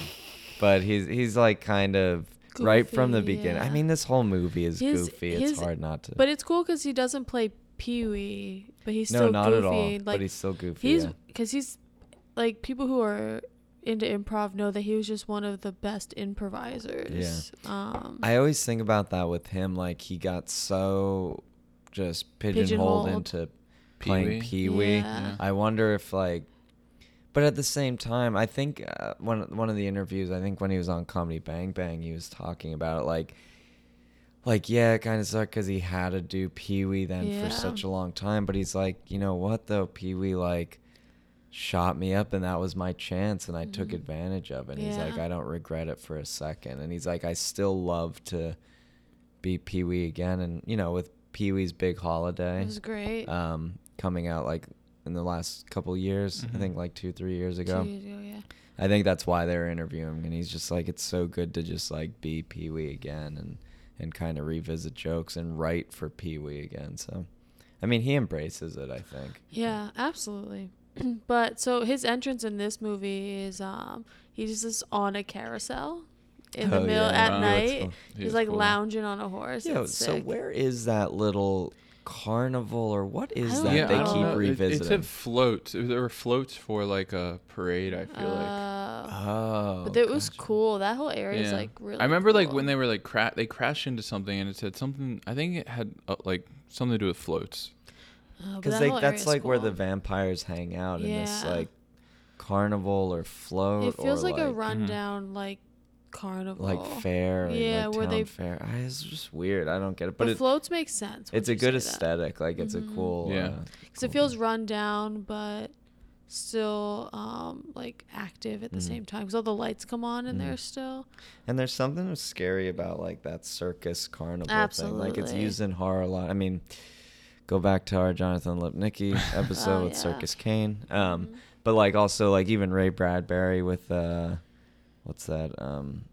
but he's he's like kind of right from the Goofy, beginning. I yeah. mean, this whole movie is His- goofy. his- it's hard not to. But it's cool because he doesn't play Pee Wee, but he's No, still not goofy. at all, Like, but he's still goofy, He's yeah. because he's like people who are into improv know that he was just one of the best improvisers. Yeah. Um, I always think about that with him. Like he got so just pigeonholed, Pigeonholed. into playing Pee-wee. Pee Wee. Yeah. I wonder if like, but at the same time, I think uh, one one of the interviews, I think when he was on Comedy Bang Bang, he was talking about it, like. Like yeah, it kind of sucked because he had to do Pee Wee then Yeah. for such a long time. But he's like, you know what though, Pee Wee like shot me up and that was my chance and I took Mhm. advantage of it. And he's Yeah. like, I don't regret it for a second. And he's like, I still love to be Pee Wee again. And you know, with Pee Wee's Big Holiday, it was great. um, coming out like in the last couple years, I Mhm. think like two, three years Two ago. years ago, yeah. I think that's why they were interviewing him, and he's just like, it's so good to just like be Pee Wee again and and kind of revisit jokes and write for Pee Wee again. So, I mean, he embraces it. I think. Yeah, absolutely. <clears throat> but so his entrance in this movie is um he's just on a carousel in the Oh, middle yeah. at Wow. That's night. cool. He He's is like cool. lounging on a horse. Yeah, It's so sick. where is that little carnival or what is don't that Yeah, they I don't keep know. It- It- It, revisiting? said floats. There were floats for like a parade. I feel like. Uh, oh. but it was cool. That whole area is Yeah. like really I remember like when cool. they were like cra- they crashed into something and it said something. I think it had uh, like something to do with floats. Oh, but Because that whole area that's is like where cool. the vampires hang out in this Yeah. like carnival or float. It feels or like, Mm-hmm. a rundown like carnival. Like fair, yeah, Yeah, like where town they- fair. I, it's just weird. I don't get it, but the it, floats make sense. it's once a you good say that. aesthetic. Like it's a Mhm. cool. Yeah. uh, because it cool- feels run down but still um like active at the Mhm. same time because all the lights come on in there Mhm. still And there's something scary about like that circus carnival thing. Like it's Absolutely. used in horror a lot. I mean, go back to our Jonathan Lipnicki episode <laughs> Oh, with yeah. Circus Kane. Um, Mhm. but like also like even Ray Bradbury with uh, what's that um,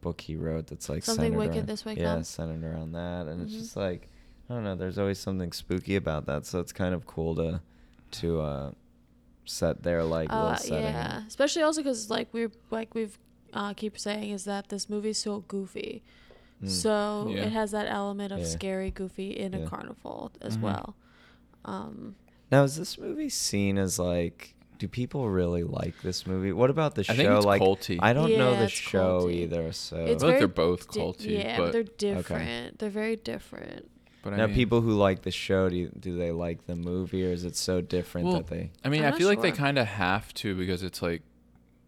book he wrote that's like Something centered Wicked around- This Way Yeah, Comes? centered around that, and it's Mhm. just like I don't know. There's always something spooky about that, so it's kind of cool to to uh, set their like Uh, little setting. yeah, especially also because like we're like we've uh, keep saying is that this movie's so goofy, Mm. so Yeah. it has that element of Yeah. scary goofy in Yeah. a carnival as Mhm. well. Um, Now is this movie seen as like? Do people really like this movie? What about the I show? think it's like, culty. I don't know Yeah, the it's show culty. either. So it's I feel like very they're both di- culty, yeah, but- they're Okay. different. They're very different. But now, I mean, people who like the show, do, you- do they like the movie, or is it so different Well, that they? I mean, I'm I not feel like they sure. kind of have to because it's like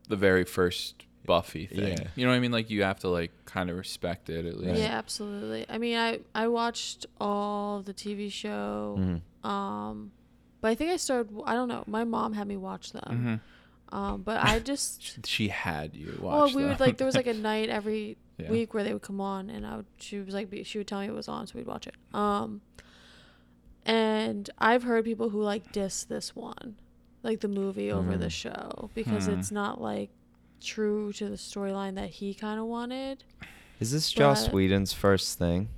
the very first Buffy thing. Yeah. You know what I mean? Like you have to like kind of respect it at least. Right. Yeah, absolutely. I mean, I I watched all of the TV show, Mhm. um, but I think I started. I don't know. My mom had me watch them, Mhm. um, but I just <laughs> She had you watch. Well, we would them. like <laughs> there was like a night every Yeah. week where they would come on, and I would she was like be, she would tell me it was on, so we'd watch it. Um, and I've heard people who like diss this one, like the movie over the Mm. show because Mm-hmm. Hmm. it's not like true to the storyline that he kind of wanted. Is this Joss but- Whedon's first thing?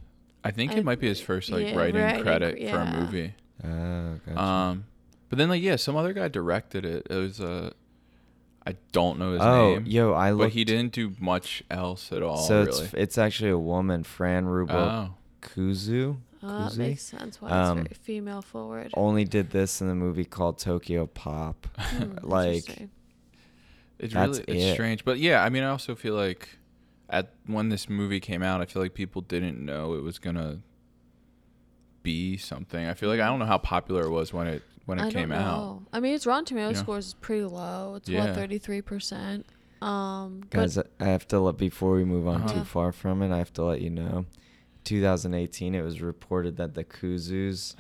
I think I- it might be his first like yeah, writing writing credit cre- for a yeah. movie. Oh, gotcha. Um, but then like yeah, some other guy directed it. It was uh, I don't know his oh, name. yo, I but looked. he didn't do much else at all. so really. it's it's actually a woman, Fran Rubel oh, Kuzu. Uh, that Kuzi? makes sense why Um, it's very female forward. Only did this in the movie called Tokyo Pop. <laughs> Hmm, like- interesting. it's that's really it's it. strange. But yeah, I mean, I also feel like at when this movie came out, I feel like people didn't know it was gonna be something. I feel like I don't know how popular it was when it when it I came don't out. know. I mean, its Rotten Tomatoes Yeah. scores is pretty low. It's Yeah. what thirty three percent. Um, but Guys, I I have to let before we move on Uh-huh. too far from it. I have to let you know, 2018, it was reported that the Kuzus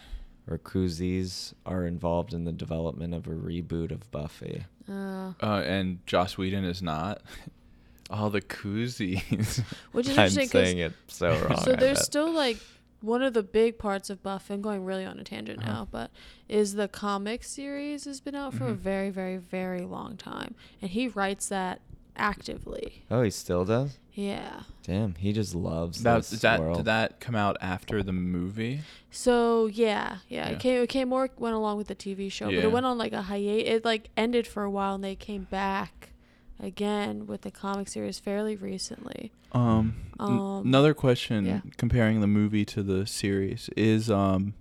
or Kuzis are involved in the development of a reboot of Buffy. uh, Uh, and Joss Whedon is not. <laughs> All the koozies. <laughs> <laughs> Which <laughs> is I'm interesting 'cause- saying it so wrong. <laughs> so I there's bet. still like one of the big parts of Buffy. I'm going really on a tangent Uh-huh. now, but is the comic series has been out for a Mhm. very, very, very long time, and he writes that actively. Uh, Oh, he still does. Yeah. Damn, he just loves that, this is that world. did that come out after the movie? So yeah, yeah, Yeah. It came. It came more went along with the TV show, but Yeah. it went on like a hiatus. It like ended for a while, and they came back again with the comic series fairly recently. Um, n- Um, another question yeah. comparing the movie to the series is um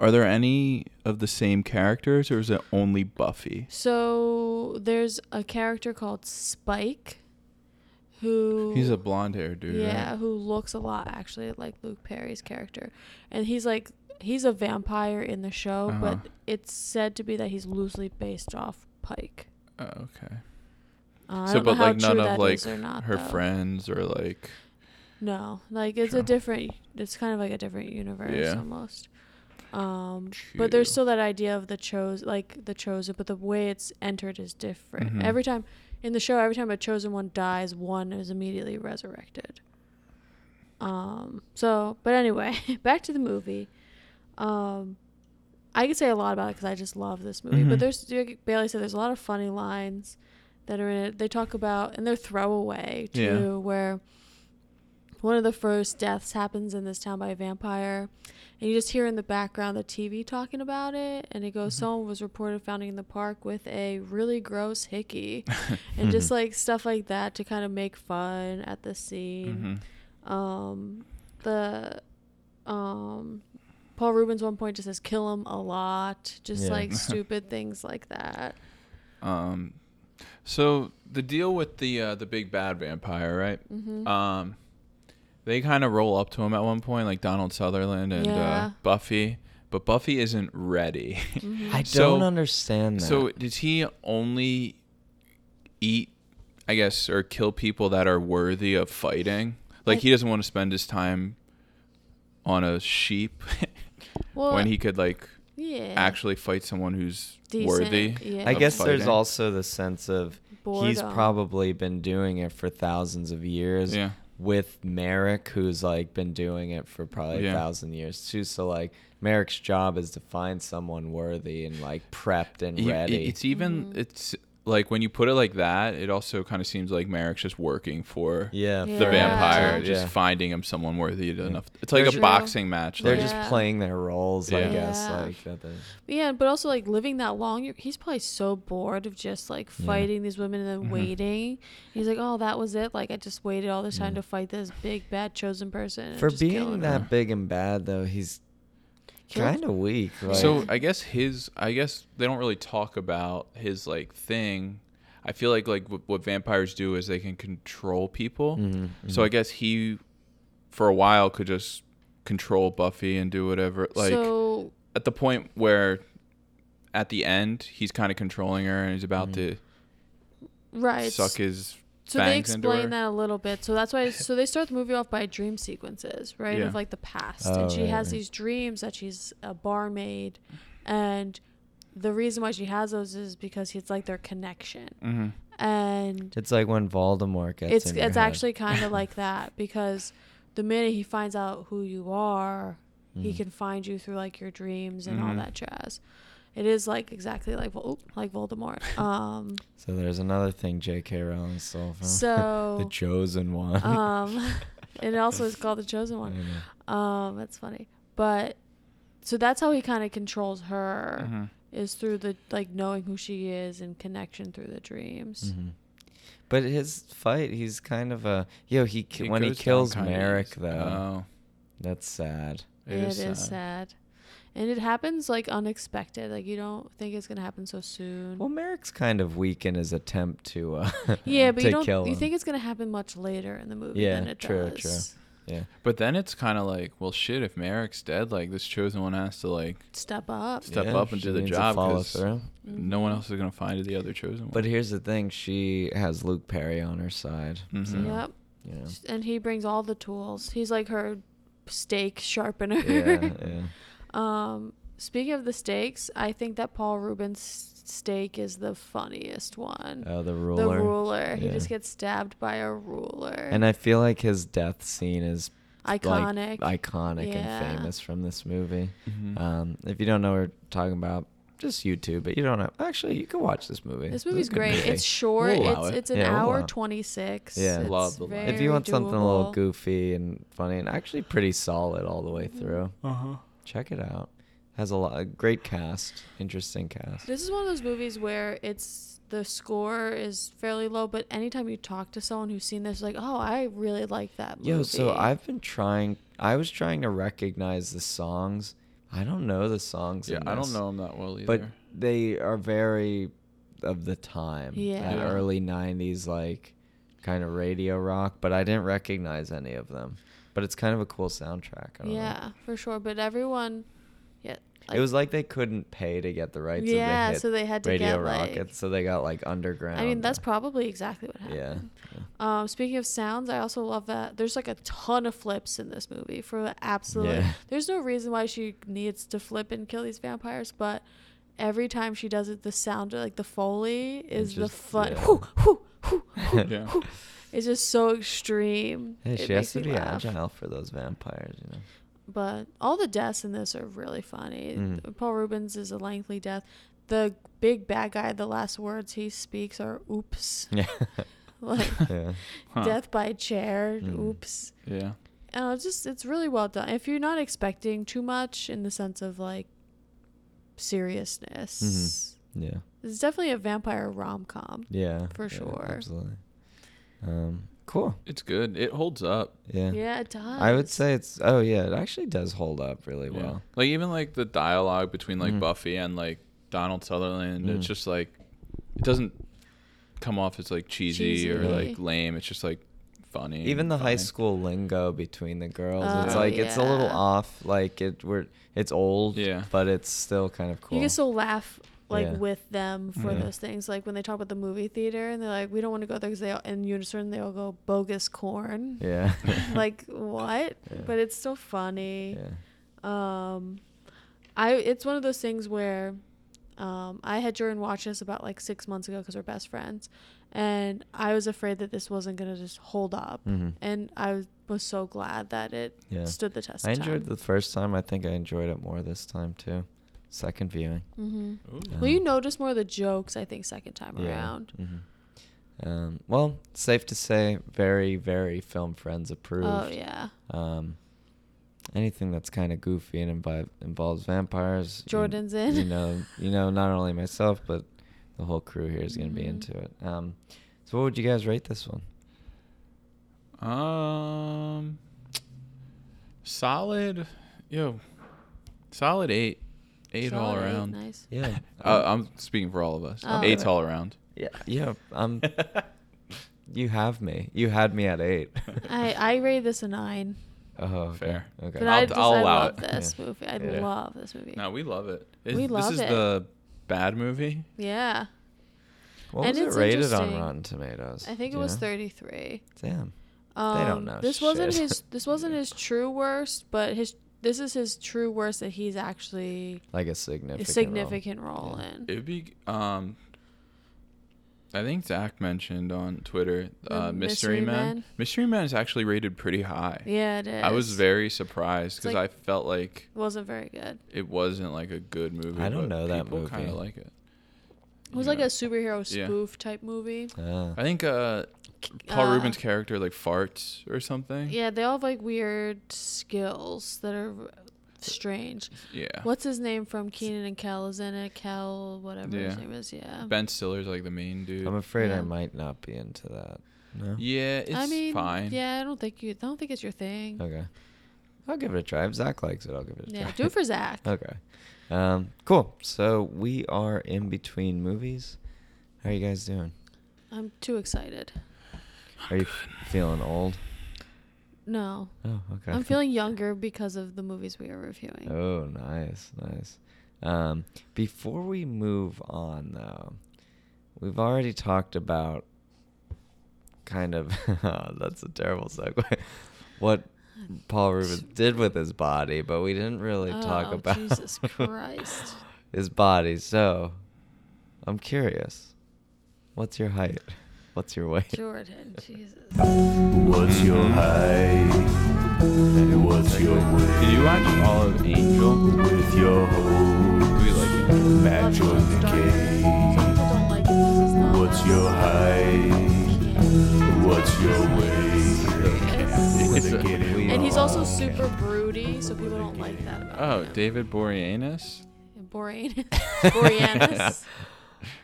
are there any of the same characters or is it only Buffy? So there's a character called Spike, who He's a blonde haired dude. Yeah, Right? who looks a lot actually like Luke Perry's character. And he's like he's a vampire in the show, but Uh-huh. it's said to be that he's loosely based off Pike. Oh, okay. Uh, I so don't know but how like none true that of like is or not, her though. friends or like No, like it's True. a different it's kind of like a different universe Yeah. almost. Um but there's True. still that idea of the chose like the chosen, but the way it's entered is different. Mhm. Every time in the show, every time a chosen one dies, one is immediately resurrected. Um so but anyway, <laughs> back to the movie. Um I could say a lot about it because I just love this movie. Mhm. But there's like Bailey said there's a lot of funny lines that are in it. They talk about and they're throwaway too, Yeah. where one of the first deaths happens in this town by a vampire, and you just hear in the background the TV talking about it, and it goes, Mhm. "Someone was reported founding in the park with a really gross hickey," and just like stuff like that to kind of make fun at the scene Mhm. um the um Paul Rubens one point just says kill him a lot, just Yeah. like stupid things like that. Um so the deal with the uh, the big bad vampire, right? Mm-hmm. Um, they kind of roll up to him at one point, like Donald Sutherland and uh, Yeah. Buffy, but Buffy isn't ready. <laughs> Mm-hmm. I don't So- understand that. so does he only eat, I guess, or kill people that are worthy of fighting? Like I- he doesn't want to spend his time on a sheep <laughs> well, when he could like yeah, actually fight someone who's Decent, worthy. yeah. I of guess there's fighting. also the sense of he's Boredom. probably been doing it for thousands of years. yeah. with Merrick, who's like been doing it for probably Yeah. a thousand years too. So like Merrick's job is to find someone worthy and like prepped and E- ready. It's even Mm. it's like when you put it like that, it also kind of seems like Merrick's just working for yeah, The the for- vampire, Yeah. just Yeah. finding him someone worthy to enough. It's like They're a just- boxing match. They're like- just Yeah. playing their roles, I Yeah. guess. Yeah. Like that. They, Yeah, but also like living that long, you're, he's probably so bored of just like fighting these women and then Mm-hmm. waiting. He's like, oh, that was it. Like I just waited all this time to fight this big bad chosen person. and for just killing being her." that big and bad, though, he's Killed- kind of weak. Like, so I guess his I guess they don't really talk about his like thing. I feel like like what, what vampires do is they can control people. Mm-hmm. So I guess he for a while could just control Buffy and do whatever like so at the point where at the end he's kind of controlling her and he's about Mm-hmm. to right. suck his so they fangs into her. explain that a little bit. So that's why. So they start the movie off by dream sequences, right? Yeah. Of like the past, Oh, and she right, has right. these dreams that she's a barmaid, and the reason why she has those is because it's like their connection, Mm-hmm. Mhm. and it's like when Voldemort gets. it's in your it's head. actually kind of <laughs> like that because the minute he finds out who you are, Mm-hmm. he can find you through like your dreams and all Mhm. that jazz. It is like exactly like Vol- like <laughs> Voldemort. Um, So there's another thing J.K. Rowling stole from <laughs> the So- chosen one. <laughs> um, and it also is called the chosen one. Um, that's funny, but so that's how he kind of controls her Mhm. is through the like knowing who she is and connection through the dreams. Mhm. But his fight, he's kind kind of a yo. He, ki- when he goes down kills kinda Merrick easy. though, Oh. that's sad. It is sad. And it happens like unexpected. Like you don't think it's gonna happen so soon. Well, Merrick's kind of weak in his attempt to uh, <laughs> <laughs> yeah, but to you don't. kill You him. think it's gonna happen much later in the movie Yeah, than it true, true. does. yeah. But then it's kind of like, well, shit. If Merrick's dead, like this chosen one has to like Step up. Step Yeah, up and she do the needs to job follow 'cause- through. no one else is gonna find the other chosen one. But here's the thing: she has Luke Perry on her side. So, Mhm. Yep. You know. And he brings all the tools. He's like her stake sharpener. yeah, yeah. <laughs> Um, speaking of the stakes, I think that Paul Rubens stake is the funniest one. Oh, the ruler. The ruler. He Yeah. just gets stabbed by a ruler. And I feel like his death scene is like, Iconic. iconic Yeah. and famous from this movie. Mhm. Um, if you don't know what we're talking about, just YouTube. But you don't know. Actually, you can watch this movie. This is a movie's good great. movie. It's short. We'll allow it's it. it's an Yeah, we'll allow hour it. twenty six. Yeah. it's Love the line. if you want something a little doable. goofy and funny and actually pretty solid all the way Mm-hmm. through, check it out. Has a lot, a great cast, interesting cast. This is one of those movies where it's the score is fairly low, but anytime you talk to someone who's seen this, like, oh, I really like that movie. Yo, so I've been trying. I was trying to recognize the songs. I don't know the songs. Yeah, in I don't this. know him that well either. but they are very of the time Yeah. that Yeah. early 90s like kind of radio rock but i didn't recognize any of them but it's kind of a cool soundtrack I don't know. yeah, for sure. But everyone, yeah, it was like they couldn't pay to get the rights of the Yeah, hit so they had to radio get, rock like- and so they got like underground I mean, that's probably exactly what happened. yeah Um, speaking of sounds, I also love that there's like a ton of flips in this movie for absolutely. Yeah. There's no reason why she needs to flip and kill these vampires, but every time she does it, the sound like the foley is the just- fun. yeah. Whoo, whoo, whoo, whoo, Yeah. whoo. It's just so extreme. hey, It she has makes to me be laugh. agile for those vampires you know But all the deaths in this are really funny. Mhm. Paul Rubens is a lengthy death. The big bad guy, the last words he speaks are "oops," yeah <laughs> like yeah <laughs> Huh. death by chair. Mhm. Oops. yeah, Uh, it's just it's really well done. If you're not expecting too much in the sense of like seriousness, yeah it's definitely a vampire rom com. yeah For yeah, sure. absolutely um cool it's good. It holds up. yeah Yeah, it does. I would say it's oh yeah, it actually does hold up really Yeah. well. Like even like the dialogue between like Mm-hmm. Mm. Buffy and like Donald Sutherland, Mm. it's just like it doesn't come off as like cheesy, or Cheesy. like lame. It's just like funny. Even and the high funny. school lingo between the girls, it's Oh, like it's a little yeah. off. Like it, we're it's old, Yeah. but it's still kind of cool. You can still laugh like Yeah. with them for Yeah. those things. Like when they talk about the movie theater and they're like, "We don't want to go there because they all, in unison they all go bogus corn." <laughs> yeah, <laughs> <laughs> Like eh, what? Yeah. But it's still funny. yeah, Um, I it's one of those things where Um, I had Jordan watch this about like six months ago because we're best friends, and I was afraid that this wasn't gonna just hold up, Mhm. and I was, was so glad that it Yeah. stood the test. I enjoyed the first time. I think I enjoyed it more this time too. Second viewing. Mm-hmm. Ooh. Yeah. Well, you notice more of the jokes, I think, second time around. hmm Um, well, safe to say, very, very film friends approved. Oh yeah, Um, anything that's kind of goofy and invi- involves vampires. you- Jordan's in. You <laughs> know, you know, not only myself but the whole crew here is going to be Mhm. into it. Um, so what would you guys rate this one? Um, solid, yo, solid eight, eight all Solid eight, around. nice. <laughs> Yeah. uh, I'm speaking for all of us. Oh. Eight's all around. Yeah. Yeah. Um, you have me. You had me at <laughs> eight. I <laughs> I rated this a nine, Oh, okay. Fair. Okay. but i I'll- just I'll I allow love it. this Yeah. movie. I Yeah. love this movie. No, we love it. It- We love This is it. the bad movie. Yeah, what and was it's it rated on interesting. Rotten Tomatoes? I think it Do you was know? thirty three. Damn. Um, don't know This wasn't shit. his. This <laughs> wasn't Yeah. his true worst, but his. This is his true worst that he's actually Like a a significant. significant role, Yeah. in. It'd be um. I think Zach mentioned on Twitter, The uh, Mystery, Mystery Man. Men? Mystery Man is actually rated pretty high. yeah, it is. I was very It's surprised because like- I felt like It wasn't very good. it wasn't like a good movie. I don't but know that people kind of movie. like it. It was You like a know. superhero Yeah. spoof type movie. role. I think uh, Paul Uh, Rubin's character like farts or something. Yeah, they all have like weird skills that are strange. Yeah. What's his name from Keenan and Kel is in it? Kel, whatever his Yeah. name is. Yeah. Ben Stiller's like the main dude. I'm afraid Yeah. I might not be into that. No. yeah, it's I mean, fine. yeah, I don't think you. I don't think it's your thing. Okay. I'll give it a try. If Zach likes it, I'll give it a Yeah, try. do <laughs> it for Zach. okay. Um, cool. So we are in between movies. How are you guys doing? I'm too excited. Are you feeling old? No. Oh, okay. I'm feeling younger because of the movies we are reviewing. Oh, nice, nice. Um, before we move on, though, we've already talked about kind of <laughs> that's a terrible segue. what Paul Rubens did with his body, but we didn't really talk Oh, about <laughs> Jesus Christ. his body. So, I'm curious. What's your height? What's your weight? Jordan, Jesus. What's your height? What's your Did weight? you watch all of Angel? With your hoes, We like Angel. Love match you, on the don't- Some cake. people don't like it. This is not. What's your height? What's your <laughs> weight? It's a- And he's Oh, also super broody, so people don't like that about Oh, him. David Boreanaz. And Boreanaz. <laughs> Boreanaz.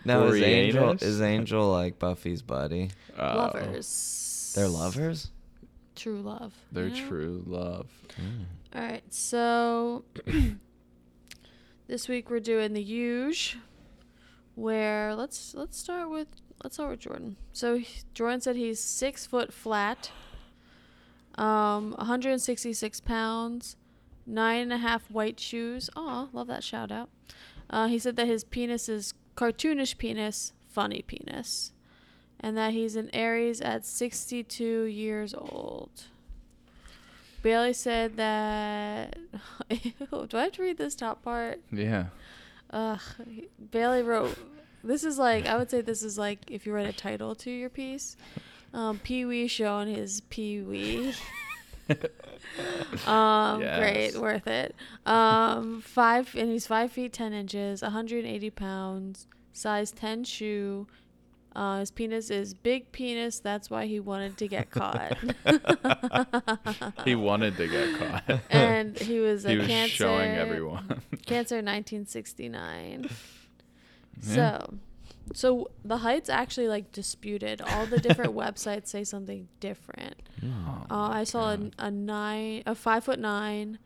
Now is Angel Boreanaz? is Angel like Buffy's buddy? Oh, Lovers. They're lovers. True love. you Their know? true love. All right, so this week we're doing the huge, where let's let's start with let's start with Jordan. So he- Jordan said he's six foot flat, um, 166 pounds, nine and a half white shoes. Aw, love that shout out. Uh, he said that his penis is cartoonish penis, funny penis, and that he's an Aries at 62 years old. Bailey said that. <laughs> Ew, do I have to read this top part? Yeah. Ugh. Bailey wrote. This is like I would say this is like if you write a title to your piece. Um, <laughs> Pee Wee showing his Pee Wee. <laughs> um, Yes. great, worth it. Um, five and he's five feet ten inches, 180 pounds, size 10 shoe. Uh, his penis is big penis. That's why he wanted to get caught. <laughs> <laughs> He wanted to get caught. <laughs> and he was a he was cancer. showing everyone. <laughs> Cancer 1969. Yeah. So, so the height's actually like disputed. All the <laughs> different websites say something different. Oh, Uh, I saw a, God. a nine, a five foot nine,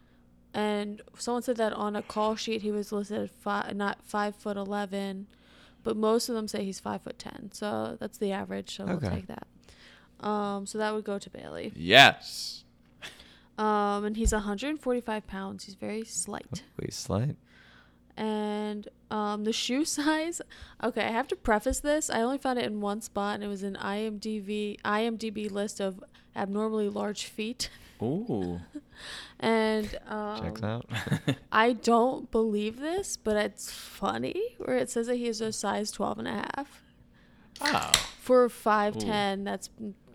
and someone said that on a call sheet he was listed at five, not five foot eleven, but most of them say he's five foot ten. So that's the average. So Okay. we'll take that. Um, so that would go to Bailey. Yes. Um, and he's 145 pounds. He's very slight. We slight. and um, the shoe <laughs> size. Okay, I have to preface this. I only found it in one spot, and it was an IMDb IMDb list of abnormally large feet, <laughs> Ooh. and um, Checks out. <laughs> I don't believe this, but it's funny where it says that he is a size 12 and a half. Wow. For 5'10, that's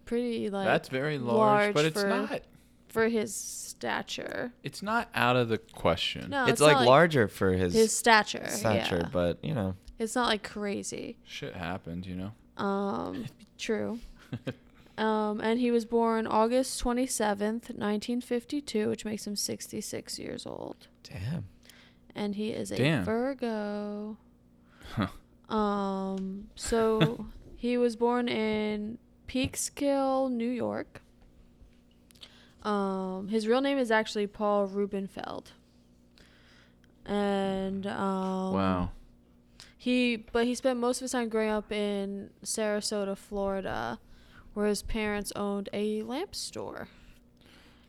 pretty like That's very large, but it's for, not for his stature. it's not out of the question. No, it's, Oh, it's, like, not larger for his, his stature. stature, yeah. but you know, it's not like crazy. Shit happened, you know. <laughs> Um, true. <laughs> Um, and he was born August 27th, 1952, which makes him 66 years old. damn. And he is a Damn. Virgo. Huh. Um, <laughs> so he was born in Peekskill, New York. Um, his real name is actually Paul Rubenfeld. And um, wow. he but he spent most of his time growing up in Sarasota, Florida, where his parents owned a lamp store.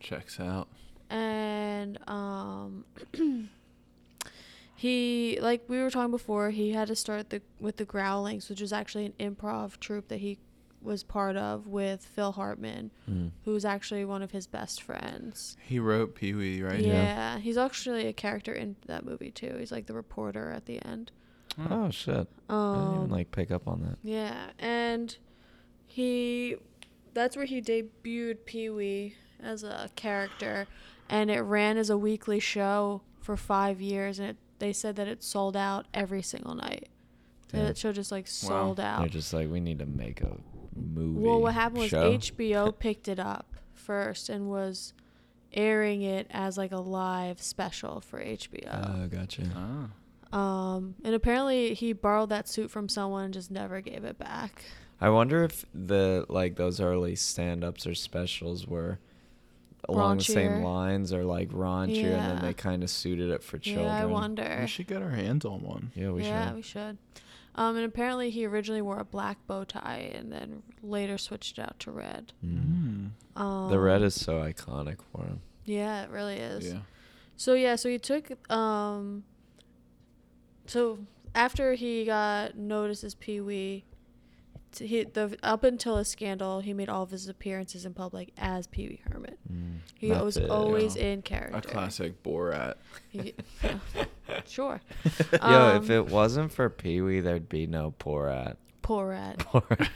Checks out. And um <clears throat> he like we were talking before, he had to start the with the Growlings, which was actually an improv troupe that he was part of with Phil Hartman, Mm. who was actually one of his best friends. He wrote Pee Wee, right? Yeah. Yeah. he's actually a character in that movie too. He's like the reporter at the end. Oh shit! I didn't even Um, like pick up on that. Yeah, and he that's where he debuted Pee Wee as a character, and it ran as a weekly show for five years, and it, they said that it sold out every single night. That Yeah. That show just like Wow. sold They're out. just like, we need to make a movie. well, what happened was show. <laughs> HBO picked it up first and was airing it as like a live special for HBO. Oh, gotcha. Ah. um, and apparently he borrowed that suit from someone and just never gave it back. I wonder if the like those early stand-ups or specials were along the same Raunchier. lines or like raunchier, and Yeah. then they kind of suited it for children. Yeah, I wonder. We should get our hands on one. Yeah, we yeah, should. we should. Um, and apparently he originally wore a black bow tie and then later switched it out to red. Mm. Hmm. Um, the red is so iconic for him. Yeah, it really is. Yeah. So yeah, so he took um. So after he got noticed as Pee Wee, t- he the up until his scandal, he made all of his appearances in public as Pee Wee Herman. Mm. He Not was big. always Yeah. in character. A <laughs> classic Borat. He- <laughs> yeah, sure. Yo, if Um, it wasn't for Pee Wee, there'd be no Borat. Poor <laughs> rat. <laughs> Borat.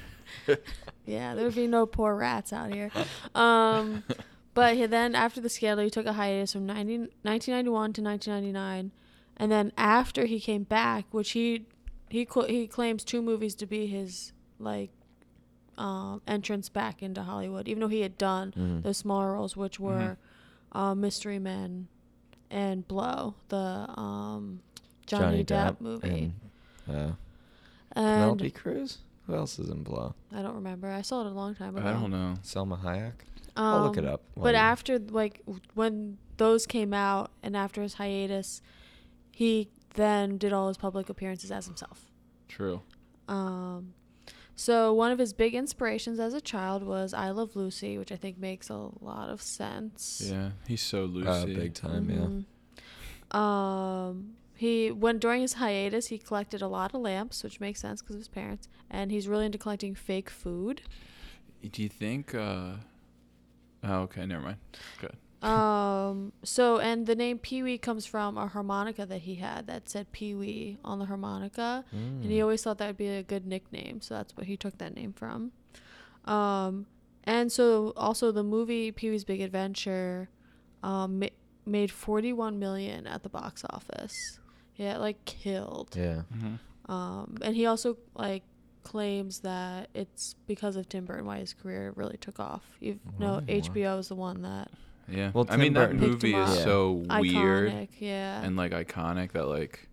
Yeah, there would be no poor rats out here. Um, but he, then after the scandal, he took a hiatus from 19, 1991 to 1999, and then after he came back, which he he cl- he claims two movies to be his like um, entrance back into Hollywood, even though he had done Mhm. those smaller roles, which were uh, Mystery Men and Blow, the um, Johnny, Depp, movie. and, uh, And, Penelope Cruz. Who else is in Blow? I don't remember. I saw it a long time ago. I don't know. Selma Hayek. I'll look it Um, up while But you- after like w- when those came out and after his hiatus, he then did all his public appearances as himself. True. Um, so one of his big inspirations as a child was "I Love Lucy," which I think makes a lot of sense. Yeah. He's so Lucy. Uh, big time, yeah. Mhm. Um, he when during his hiatus, he collected a lot of lamps, which makes sense because of his parents, and he's really into collecting fake food. Do you think? uh Oh, okay. Never mind. Good. Um. So, and the name Pee Wee comes from a harmonica that he had that said Pee Wee on the harmonica, and he Mm. always thought that would be a good nickname, so that's what he took that name from. Um, and so also the movie Pee Wee's Big Adventure, um, ma- made forty one million at the box office. Yeah, it, like killed. Yeah. Mm-hmm. Um, and he also like claims that it's because of Tim Burton why his career really took off. You know, Wow. HBO is the one that. Yeah. Well, I mean, Tim that Burton- Picked him movie is up. so weird Iconic, yeah. and like iconic that like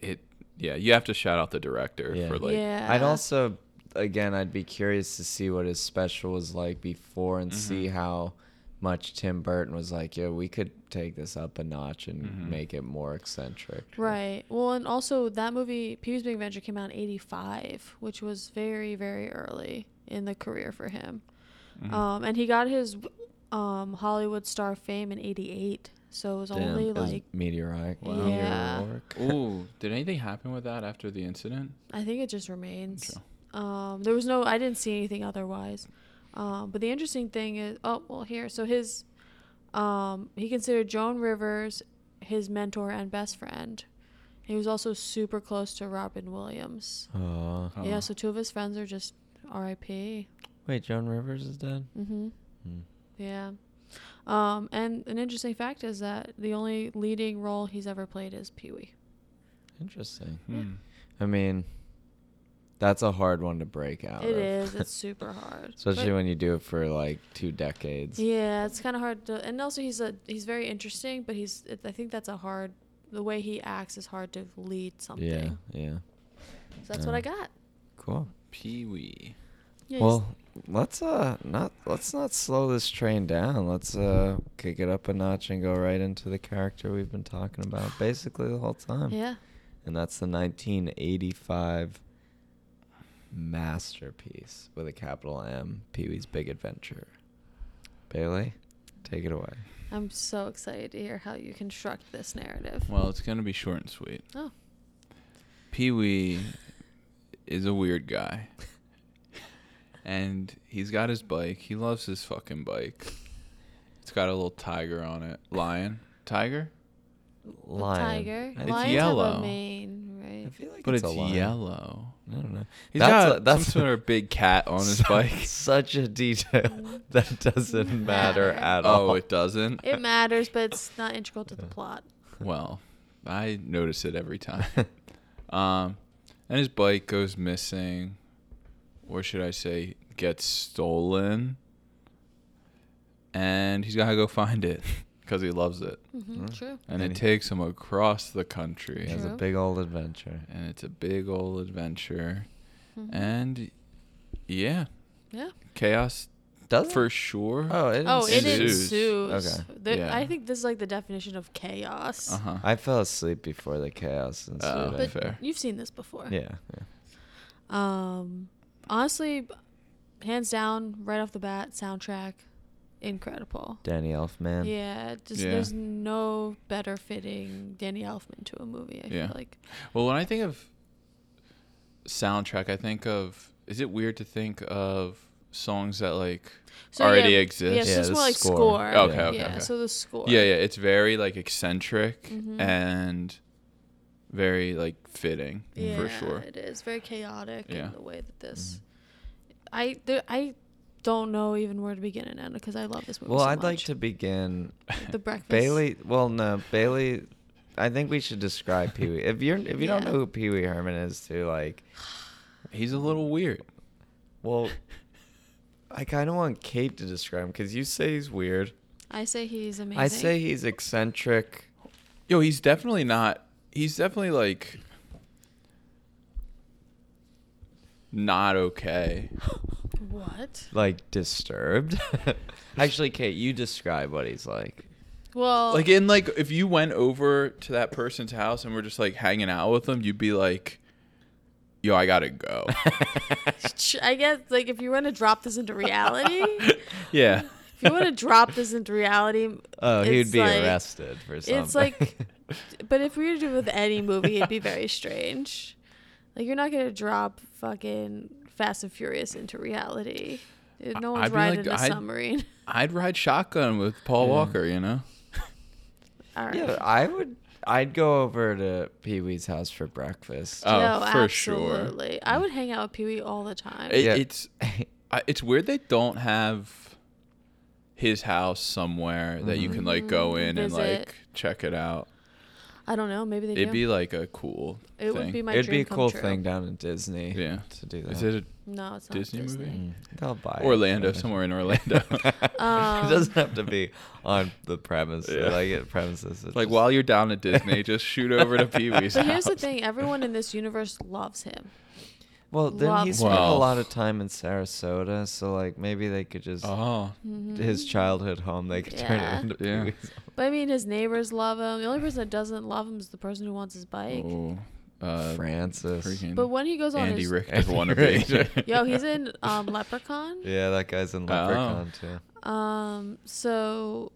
it. Yeah, you have to shout out the director Yeah. for like. yeah. I'd also, again, I'd be curious to see what his special was like before and see how much Tim Burton was like, yeah, we could take this up a notch and make it more eccentric. Right. Well, and also that movie, Pee Wee's Big Adventure, came out in '85, which was very, very early in the career for him. Mm-hmm. Um, and he got his um, Hollywood star fame in '88, so it was Damn, only it was like meteoric. Wow. Yeah. <laughs> Meteoric. <laughs> Ooh, did anything happen with that after the incident? I think it just remains. Sure. Um, there was no, I didn't see anything otherwise. Um, but the interesting thing is, oh well, here. So his, um, he considered Joan Rivers his mentor and best friend. He was also super close to Robin Williams. Aw. Yeah, Oh. so two of his friends are just R.I.P. Wait, Joan Rivers is dead? Mm-hmm. Hmm. Yeah. Um, and an interesting fact is that the only leading role he's ever played is Pee Wee. Interesting. Yeah. Hmm. I mean, that's a hard one to break out. It of. <laughs> is. It's super hard. Especially But- when you do it for like two decades. Yeah, it's kind of hard to. And also, he's a he's very interesting, but he's. It, I think that's a hard. The way he acts is hard to lead something. Yeah. Yeah. So that's what I Yeah. got. Cool. Pee Wee. Yeah, he's- Well, let's uh not let's not slow this train down. Let's uh kick it up a notch and go right into the character we've been talking about basically the whole time. um, Yeah. And that's the 1985 masterpiece with a capital M, Pee-wee's Big Adventure. Bailey, take it away. I'm so excited to hear how you construct this narrative. Well, it's gonna be short and sweet. Oh. Pee Wee is a weird guy. And he's got his bike. He loves his fucking bike. It's got a little tiger on it. Lion? Tiger? A Tiger. I It's think- Lions have yellow. a mane, right? I feel like But it's, a lion. yellow. I don't know. He's That's got a- that's <laughs> some sort of big cat on his Su- bike. Such a detail <laughs> that doesn't matter at all. Oh, it doesn't? It matters, but it's not integral to the plot. Well, I notice it every time. <laughs> Um, and his bike goes missing, or should I say, gets stolen. And he's got to go find it <laughs> because he loves it. hmm True. And And it he- takes him across the He country. has a True. big old adventure. And it's a big old adventure. And yeah, Mm-hmm. Yeah. chaos Does it? for sure. Oh, it Oh, it ensues. ensues. Okay. There- Yeah. I think this is like the definition of chaos. Uh huh. I fell asleep before the chaos ensued. Oh, I But think. fair. you've seen this before. Yeah, yeah. Um, honestly, b- hands down, right off the bat, soundtrack, incredible. Danny Elfman. Yeah, just Yeah. there's no better fitting Danny Elfman to a movie. I Yeah. feel like Well, when I think of soundtrack, I think of. Is it weird to think of songs that like already yeah, exist? Yeah, so Yeah, it's the more like score. score. Okay, yeah. okay, okay. so the score. Yeah, yeah. It's very like eccentric Mhm. and very like fitting for Yeah, sure. It <laughs> is very chaotic Yeah. Mm. in the way Mm-hmm. that this. I there, I don't know even where to begin and end because I love this movie. Well, so I'd like much. to begin the breakfast. Bailey. Well, no, Bailey. I think we should describe Pee Wee. If you're if you don't Yeah. know who Pee Wee Herman is, too, like, <laughs> He's a little weird. well, I kind of want Kate to describe him because you say he's weird. I say he's amazing. I say he's eccentric. Yo, he's definitely not. He's definitely like not okay. <gasps> what? like disturbed. <laughs> Actually, Kate, you describe what he's like. <laughs> Well, Like in like if you went over to that person's house and were just like hanging out with them, you'd be like, "Yo, I <laughs> gotta go." Ch- <laughs> I guess like if you want to drop this into reality, yeah. if you want to drop this into reality, oh, he it's would be like- arrested for something. It's like, but if we were to do it with any movie, it'd be very strange. Like you're not gonna drop fucking Fast and Furious into reality. Dude, no I- one's I'd be like, riding a I'd- submarine. <laughs> <laughs> I'd ride shotgun with Paul Walker, you know? All right. <laughs> yeah, I would. I'd go over to Pee Wee's house for breakfast. Oh, no, for sure. absolutely. I would hang out with Pee Wee all the time. It, Yeah. It's I- it's weird they don't have his house somewhere that you can like go in and Mm-hmm. Visit. like check it out. I don't know. Maybe they It'd do. be like a cool it thing. would be my It'd dream be a come cool true. thing down in Disney. Yeah. to do that. Is it No, it's not Disney Disney, movie? Mm, They'll buy a, it. <laughs> Orlando <laughs> somewhere in Orlando? it doesn't have to <laughs> be on the premise. Yeah. Like it premises. It like just- while you're down at Disney, just shoot over to Pee Wee's But here's house. the thing: everyone in this universe loves him. well, then he loves- spent a Well. lot of time in Sarasota, so like maybe they could just Oh, his childhood home. They could turn Mm-hmm. Yeah. it into Yeah. Pee Wee's. home. But I mean, his neighbors love him. The only person that doesn't love him is the person who wants his bike. oh uh, Francis. freaking But when he goes on Andy <laughs> his Richter Andy Richter. wannabe. yo, <laughs> he's in um, Leprechaun. Yeah, that guy's in Leprechaun Oh. too. Um, so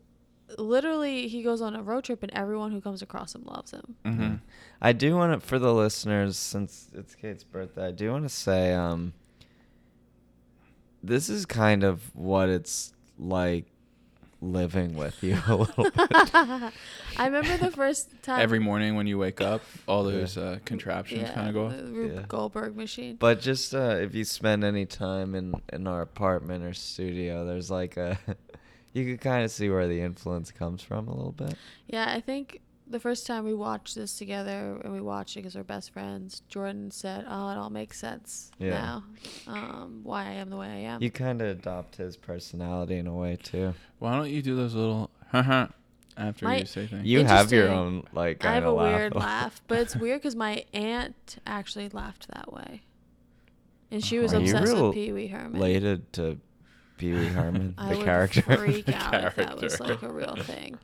literally, he goes on a road trip, and everyone who comes across him loves <laughs> him. hmm I do want to, for the listeners, since it's Kate's birthday, I do want to say um, this is kind of what it's like living with you a little bit. <laughs> I remember the first time Oh, Every morning when you <laughs> wake up, all Yeah. those uh, contraptions uh, yeah, kind of go. off. the Rube Yeah. Goldberg machine. But just uh, if you spend any time in in our apartment or studio, there's like a <laughs> you could kind of see where the influence comes from a little bit. Yeah, I think the first time we watched this together and we watched it because we're best friends, Jordan said, "Oh, it all makes sense Yeah. now. Um, why I am the way I am." You kind of adopt his personality in a way too. Why don't you do those little after My- you <laughs> say things? You have your Interesting. own like I kind have a of laugh. weird laugh, but <laughs> it's weird because my aunt actually laughed that way, and she was Are you obsessed real with Pee Wee Herman. related to Pee <laughs> Wee Herman, I the would character. <laughs> freak out if that was like character. a real thing.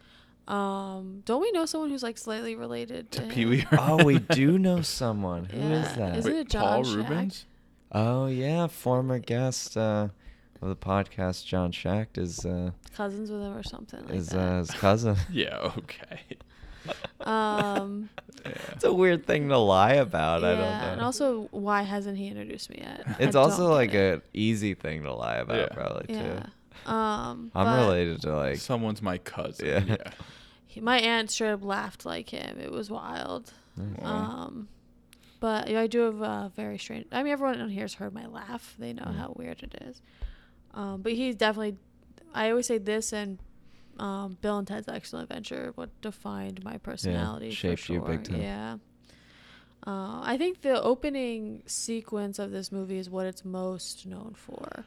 Um, don't we know someone who's like slightly related to, to him? Pee Wee. oh, we do know someone. Who is Yeah, that? is it- Wait, John Paul Shag? <laughs> Rubens? oh yeah, former guest uh, of the podcast, John Schacht is uh, Cousins with him or something like is uh, that. his cousin. <laughs> <laughs> Yeah. Okay. um, It's a weird thing to lie about. I don't yeah, know. and also why hasn't he introduced me <laughs> yet? I it's don't also like get it. an easy thing to lie about, Yeah. probably yeah. too. Um, I'm but related to like Someone's my cousin. <laughs> Yeah. Yeah. <laughs> he- my aunt straight up laughed like him. It was wild. Wow. Um, but yeah, I do have a very strange. I mean, everyone on here's heard my laugh. They Mm-hmm. know how weird it is. Um, but he's definitely. I always say this and um, Bill and Ted's Excellent Adventure. What defined my personality? for shaped you big sure. time. Yeah. Uh, I think the opening sequence of this movie is what it's most known for,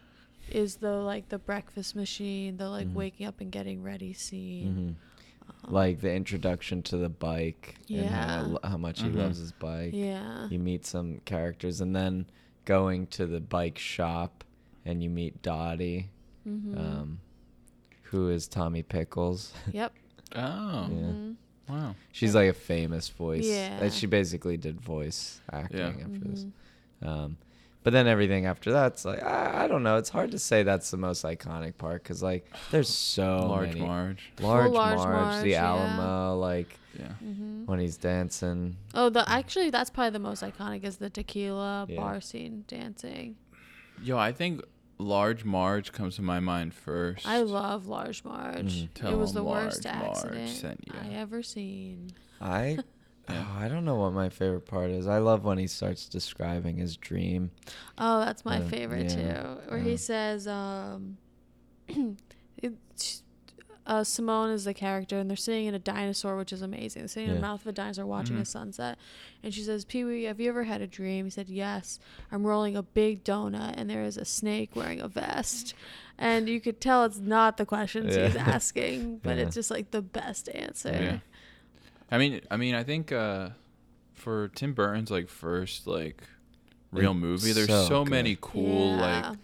is the like the breakfast machine, the like Mhm. waking up and getting ready scene. mhm. Um, like the introduction to the bike and how, Yeah. lo- how much he Mhm. loves his bike. yeah, You meet some characters, and then going to the bike shop, and you meet Dottie, Mhm. um, <laughs> who is Tommy Pickles. <laughs> yep. Oh. Yeah. Mhm. Wow. She's like a famous voice. Yeah. Yeah. she basically did voice acting Yeah. after this. Mhm. Um, but then everything after that's like I, I don't know. It's hard to say that's the most iconic part because like there's so Large many. Marge. Large, Large Marge, Marge, the yeah. Mm-hmm. Alamo, like Yeah. when he's dancing. Oh, the actually that's probably the most iconic is the tequila Yeah. bar scene dancing. Yo, I think Large Marge comes to my mind first. I love Large Marge. Mhm. It was Tell the 'em worst Large Marge accident sent ya. I ever seen. <laughs> I oh, I don't know what my favorite part is. I love when he starts describing his dream. Oh, that's my Uh, favorite yeah, too. Where yeah. he says, um, <clears throat> it, uh, Simone is the character, and they're sitting in a dinosaur, which is amazing. They're sitting in Yeah. the mouth of a dinosaur watching a Mhm. sunset. And she says, Pee Wee, have you ever had a dream? He said, Yes. I'm rolling a big donut, and there is a snake wearing a vest. And you could tell it's not the questions he's Yeah. asking, but Yeah. it's just like the best answer. Yeah. I mean, I mean, I think uh, for Tim Burton's like first like real It's movie, there's so so, good. many cool Yeah. Mm-hmm. like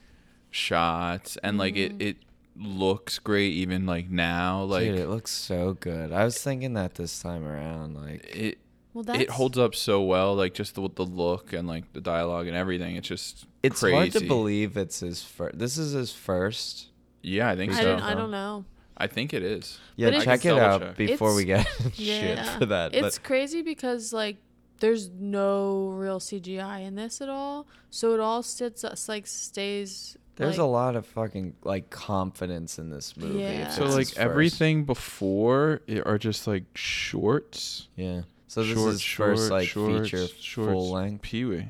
shots, and like it it looks great even like now, like Dude, it looks so good. I was thinking that this time around. Like it Well, that's it holds up so well, like just the the look and like the dialogue and everything. It's just it's crazy. hard to believe it's his first. This is his first. Yeah, I think I so. don't, I don't know. I think it is. Yeah, But it's- check it double out check. before we get <laughs> shit Yeah. for that. It's But crazy because like there's no real CGI in this at all, so it all sits us like stays. there's like, a lot of fucking like confidence in this movie. if Yeah. it's So his like first. everything before it are just like shorts. Yeah. So this short, is short, first like shorts, feature shorts, full length. Pee Wee.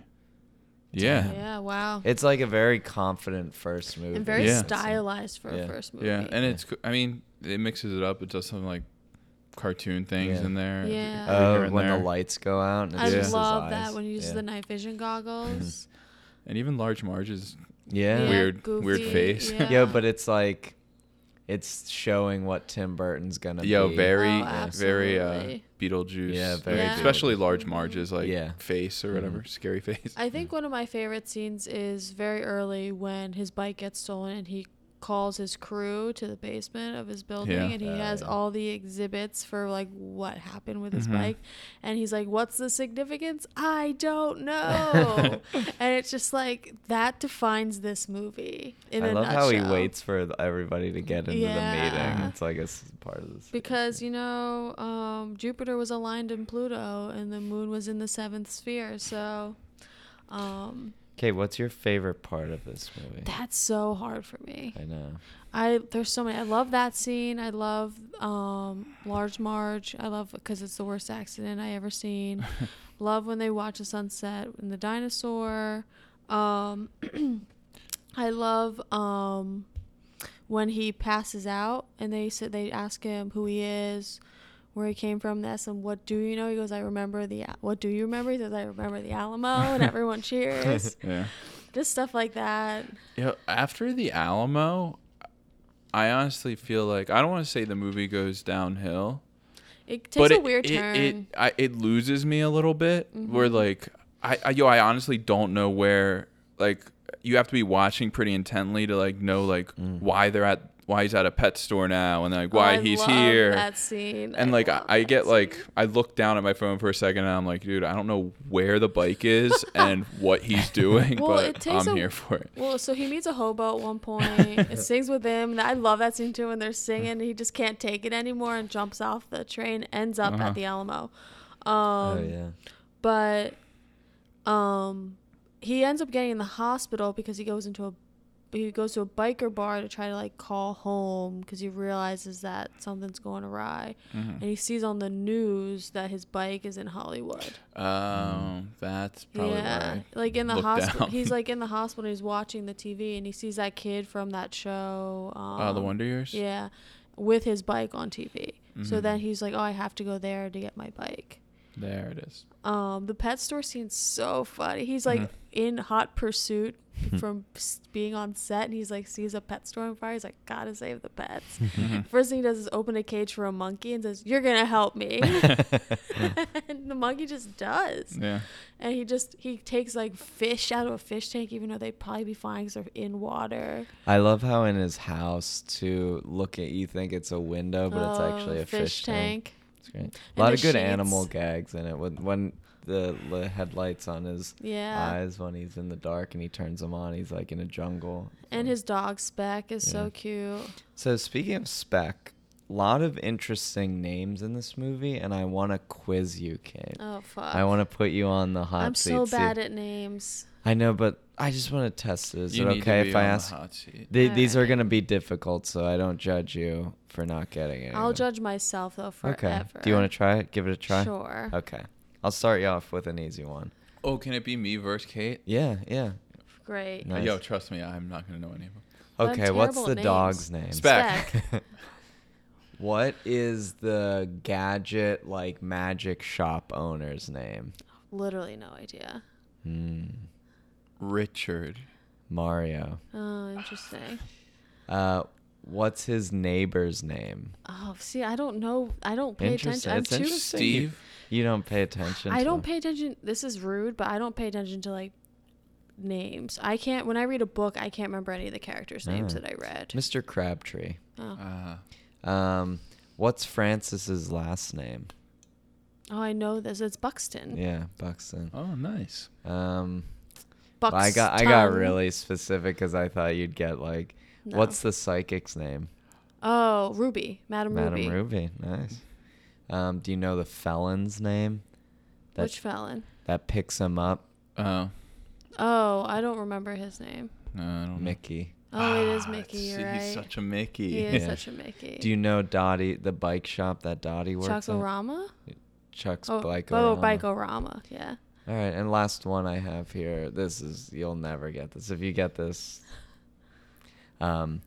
Yeah. yeah. Yeah, wow, It's like a very confident first movie. and very Yeah. stylized for Yeah. a first movie. and it's co- I mean, it mixes it up. It does some like cartoon things Yeah. in there. Yeah. every here Oh, and when the there. lights go out. And it's Uh, I Yeah. just his love eyes. that when you use yeah. the night vision goggles. and even large Marge's Yeah. Yeah, weird weird goofy, face. yeah. Yeah, but it's like, it's showing what Tim Burton's gonna Yo, be. very Oh, very uh absolutely. Beetlejuice. Yeah, very Yeah. especially Beetlejuice. large Marge's like Yeah. Mm-hmm. face or whatever, scary face. I think one of my favorite scenes is very early when his bike gets stolen and he calls his crew to the basement of his building Yeah. and he Oh, has yeah. all the exhibits for like what happened with his Mm-hmm. Mhm. bike and he's like what's the significance I <laughs> don't know and it's just like that defines this movie in I a love how he nutshell. waits for th- everybody to get into the meeting. Yeah. It's like a s- part of this. because you know um, Jupiter was aligned in Pluto and the moon was in the seventh sphere so um, Okay, what's your favorite part of this movie? That's so hard for me. I know. I there's so many. I love that scene. I love um, Large Marge. I love because it's the worst accident I ever <laughs> seen. love when they watch the sunset and the dinosaur. Um, <clears throat> I love um, when he passes out and they said they ask him who he is, where he came from. They ask him what do you know. He goes, I remember the. Al- What do you remember? He says, I remember the Alamo, <laughs> and everyone cheers. <laughs> Yeah. Just stuff like that. Yeah, after the Alamo, I honestly feel like I don't want to say the movie goes downhill, It takes but a it, weird it, turn. Mm-hmm. It I, it loses me a little bit. Where like I, I yo I honestly don't know where like you have to be watching pretty intently to like know like Mm. why they're at why he's at a pet store now and like Oh, why I he's love here That scene. and like I, love I that get like scene. I look down at my phone for a second and I'm like, dude, I don't know where the bike <laughs> is and what he's doing, Well, it but takes I'm a- here for it. Well, so he meets a hobo at one <laughs> point. it sings with him. I love that scene too when they're singing. and He just can't take it anymore and jumps off the train. Ends up Uh-huh. at the Alamo. Um, oh yeah. But um, he ends up getting in the hospital because he goes into a he goes to a biker bar to try to like call home because he realizes that something's going awry, Mm-hmm. and he sees on the news that his bike is in Hollywood. Mm. Um, that's probably yeah, why. like in the looked hospital. down. He's <laughs> like in the hospital. He's watching the TV and he sees that kid from that show. Um, Uh, the Wonder Years. Mm-hmm. Yeah, with his bike on TV. So then he's like, "Oh, I have to go there to get my bike." There <laughs> it is. Um, the pet store scene's so funny. He's like Mm-hmm. in hot pursuit from s- being on set, and he's like sees a pet store on fire. He's like, "Gotta save the pets." Mm-hmm. <laughs> First thing he does is open a cage for a monkey and says, "You're gonna help <laughs> me," <laughs> and the monkey just does Yeah. and he just he takes like fish out of a fish tank even though they'd probably be fine because they're in water <laughs> I love how in his house to look at you think it's a window, but it's Oh, actually a fish, tank. It's great. A lot the of good sheets. animal gags in it. When, when the li- headlights on his yeah eyes when he's in the dark and he turns them on, he's like in a jungle. and his dog speck is so Yeah. cute So speaking of spec, lot of interesting names in this movie, and I want to quiz you, Kate. oh fuck I want to put you on the hot i'm seat. so see- bad at names I know, but I just want to test it. Is You it need to okay be if I on the ask? hot seat. They, All these are right. going to be difficult, so I don't judge you for not getting it. i'll judge myself though forever Okay. Do you want to try it? Give it a try. Uh, sure Okay. I'll start you off with an easy one. Oh, can it be me versus Kate? Yeah. Yeah. great Nice. Yo, trust me, I'm not gonna know any of them. I'm Okay. What's terrible the at names. dog's name? Spec. Back. Speck. <laughs> What is the gadget like magic shop owner's name? literally no idea Hmm. Richard. Mario. oh interesting Uh, what's his neighbor's name? oh see i don't know i don't pay Interesting. attention i'm It's too interesting. Steve. You don't pay attention. I to don't him. pay attention. This is rude, but I don't pay attention to like names. I can't. When I read a book, I can't remember any of the characters' names Oh. that I read. Mr. Crabtree. Oh. Uh, Um, what's Francis's last name? oh, I know this. It's Buxton. Yeah, Buxton. oh, nice. Um, Buxton. I got I got really specific because I thought you'd get like, No. what's the psychic's name? Oh, Ruby, Madam, Madam Ruby. Ruby. Nice. Um, do you know the felon's name? That Which felon? that picks him up, Oh, Oh, I don't remember his name. no, I don't. know. Mickey. Oh, it is Ah, Mickey. see, You're He's right. such a Mickey. he is Yeah. such a Mickey. Do you know Dottie, the bike shop that Dottie works at? Chocorama? Chuck's Oh, bike. oh, Bikorama. Yeah. All right, and last one I have here. This is you'll never get this. If you get this, um,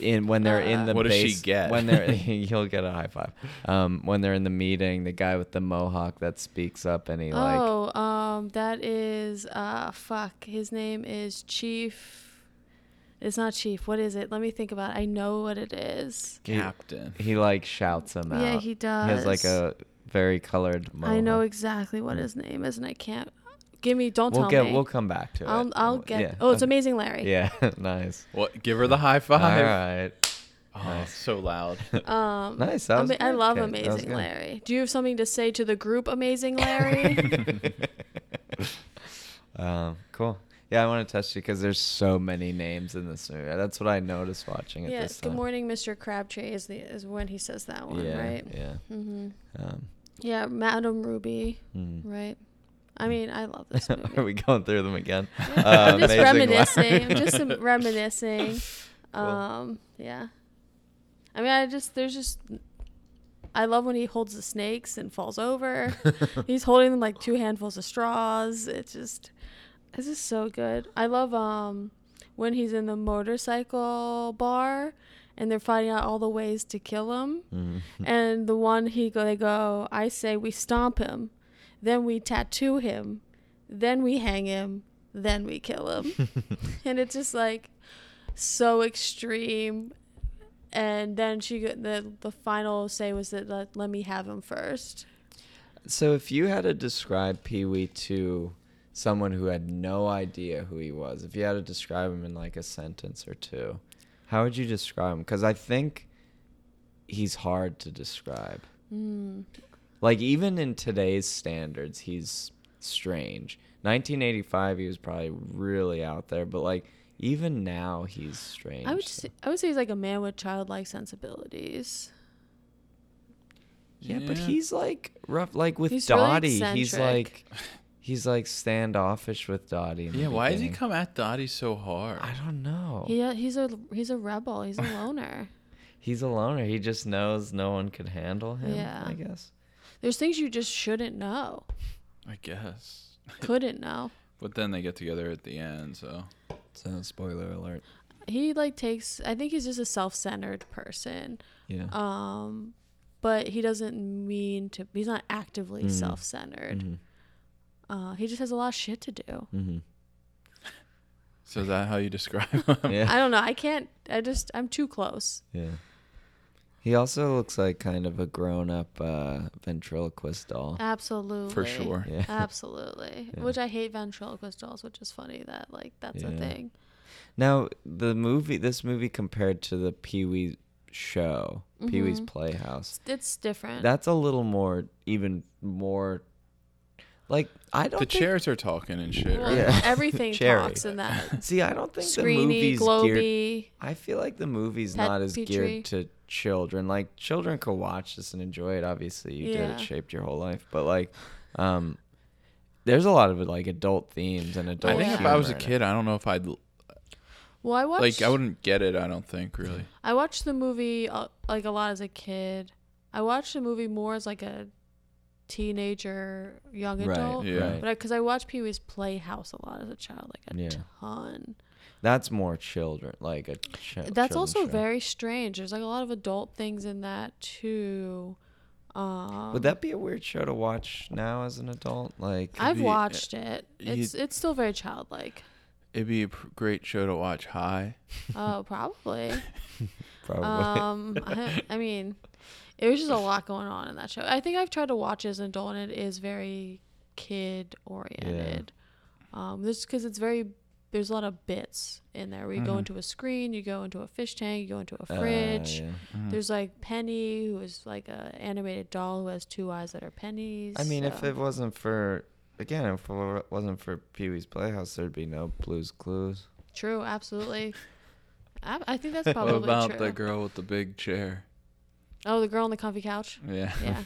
in when they're in the What does she base- get? When they're <laughs> <laughs> you'll get a high five. Um, when they're in the meeting, the guy with the mohawk that speaks up and he like oh, um, that is uh, fuck. His name is Chief. It's not Chief. What is it? Let me think about. it. I know what it is. he- Captain. He, like shouts him out. Yeah, he He has like a does. very colored mohawk. I know exactly what his name is, and I can't. Give me. Don't We'll tell get. me. We'll come back to I'll it. I'll get. Yeah, Oh, it's okay. Amazing Larry. <laughs> Yeah, nice. What? Give her the high All five. right, Oh, so <laughs> loud. Um, nice. That was ama- I good, love Kate. That was Amazing good. Larry. Do you have something to say to the group <laughs> Amazing <laughs> Larry? um, cool. Yeah, I want to test you because there's so many names in this movie. That's what I noticed watching it yes. this Good time. morning, Mr. Crabtree. Is the is when he says that one, yeah, right? yeah. Mm-hmm. Um, Yeah, Madam Ruby, <laughs> mm. right? I mean, I love <laughs> this movie. Are we going through them <laughs> again? Uh, I'm just amazing, reminiscing. Larry. I'm <laughs> just some reminiscing. Um, yeah. I mean, I just there's just I love when he holds the snakes and falls <laughs> over. He's holding them like two handfuls of straws. It's just it's just so good. I love um when he's in the motorcycle bar and they're finding out all the ways to kill him. Hmm. And the one he go they go, I say we stomp him, then we tattoo him, then we hang him, then we kill him. <laughs> and it's just like so extreme. And then she go- the the final say was that let, let me have him first. So if you had to describe Pee Wee to someone who had no idea who he was, if you had to describe him in like a sentence or two, how would you describe him? Because I think he's hard to describe. Like even in today's standards, he's strange. 1985, he was probably really out there, but like even now, he's strange. I would say, I would say he's like a man with childlike sensibilities. Yeah, but he's like rough. Like with He's really Dottie, he's like eccentric. he's like standoffish with Dottie. in the <laughs> Yeah, why does he beginning. come at Dottie so hard? I don't know. He uh, he's a he's a rebel. He's a loner. He's a loner. He just knows no one could handle him. Yeah. I guess. There's things you just shouldn't know, I guess. couldn't know. But then they get together at the end, so So spoiler alert. He like takes. I think he's just a self-centered person. Yeah. um but he doesn't mean to he's not actively self-centered Hmm. Mm-hmm. uh he just has a lot of shit to do so is that how <laughs> you describe him? Yeah. i don't know i can't i just i'm too close yeah. He also looks like kind of a grown-up uh, ventriloquist doll. absolutely <laughs> For sure. Yeah. uh, absolutely which i hate ventriloquist dolls which is funny that like that's Yeah. a thing Now the movie, this movie compared to the Pee Wee show, Pee Wee's Playhouse. Mm-hmm. it's different That's a little more, even more. Like I don't The think chairs are talking and shit. well, Right? Yeah. everything <laughs> Cherry. talks in that See, I don't think the screeny movie's geared. globy I feel like the movie's Pet not as Petrie. geared to children. Like children could watch this and enjoy it. Obviously, you did. Yeah. It shaped your whole life. But like, um, there's a lot of like adult themes and adult. I think if humor I was a in it. kid, I don't know if I'd l- well i watched like. I wouldn't get it. I don't think really. I watched the movie uh, like a lot as a kid. I watched the movie more as like a teenager, young Right, adult. Yeah. right. But because I, watched Pee Wee's Playhouse a lot as a child, like a Yeah. ton. that's more children. Like a child. That's also very strange. There's like a lot of adult things in that too. Um, Would that be a weird show to watch now as an adult? Like, I've be- watched it. It's it's still <laughs> very childlike. It'd be a pr- great show to watch. High. Oh, probably. <laughs> probably. Um, <laughs> I, I mean, it was just a lot going on in that show. I think I've tried to watch it as an adult, and it is very kid oriented. Um, this because it's very there's a lot of bits in there. where you go into a screen, you go into a fish tank, you go into a Mm-hmm. Uh, fridge. yeah. Hmm. There's like Penny, who is like a animated doll who has two eyes that are pennies. I mean, if so- it wasn't for again, if it wasn't for Pee Wee's Playhouse, there'd be no Blue's Clues. <laughs> true, absolutely. I, I think that's probably what about true. the girl with the big chair? oh, the girl on the comfy <laughs> couch. Yeah. Yeah.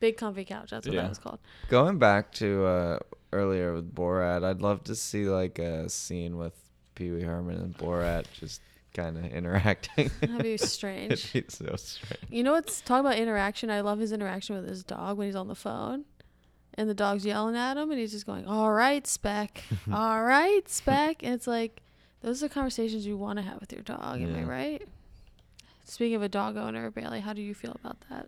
Big comfy couch. That's what Yeah. that was called. Going back to uh, earlier with Borat, I'd love to see like a scene with Pee Wee Herman and Borat just kind of <laughs> interacting. <laughs> That'd <laughs> be strange. It'd be so strange. You know what's talking about interaction? I love his interaction with his dog when he's on the phone. And the dog's yelling at him and he's just going, All <laughs> right, Spec. All right, Spec. And it's like those are the conversations you want to have with your dog, am I Yeah. right? Speaking of a dog owner, Bailey, how do you feel about that?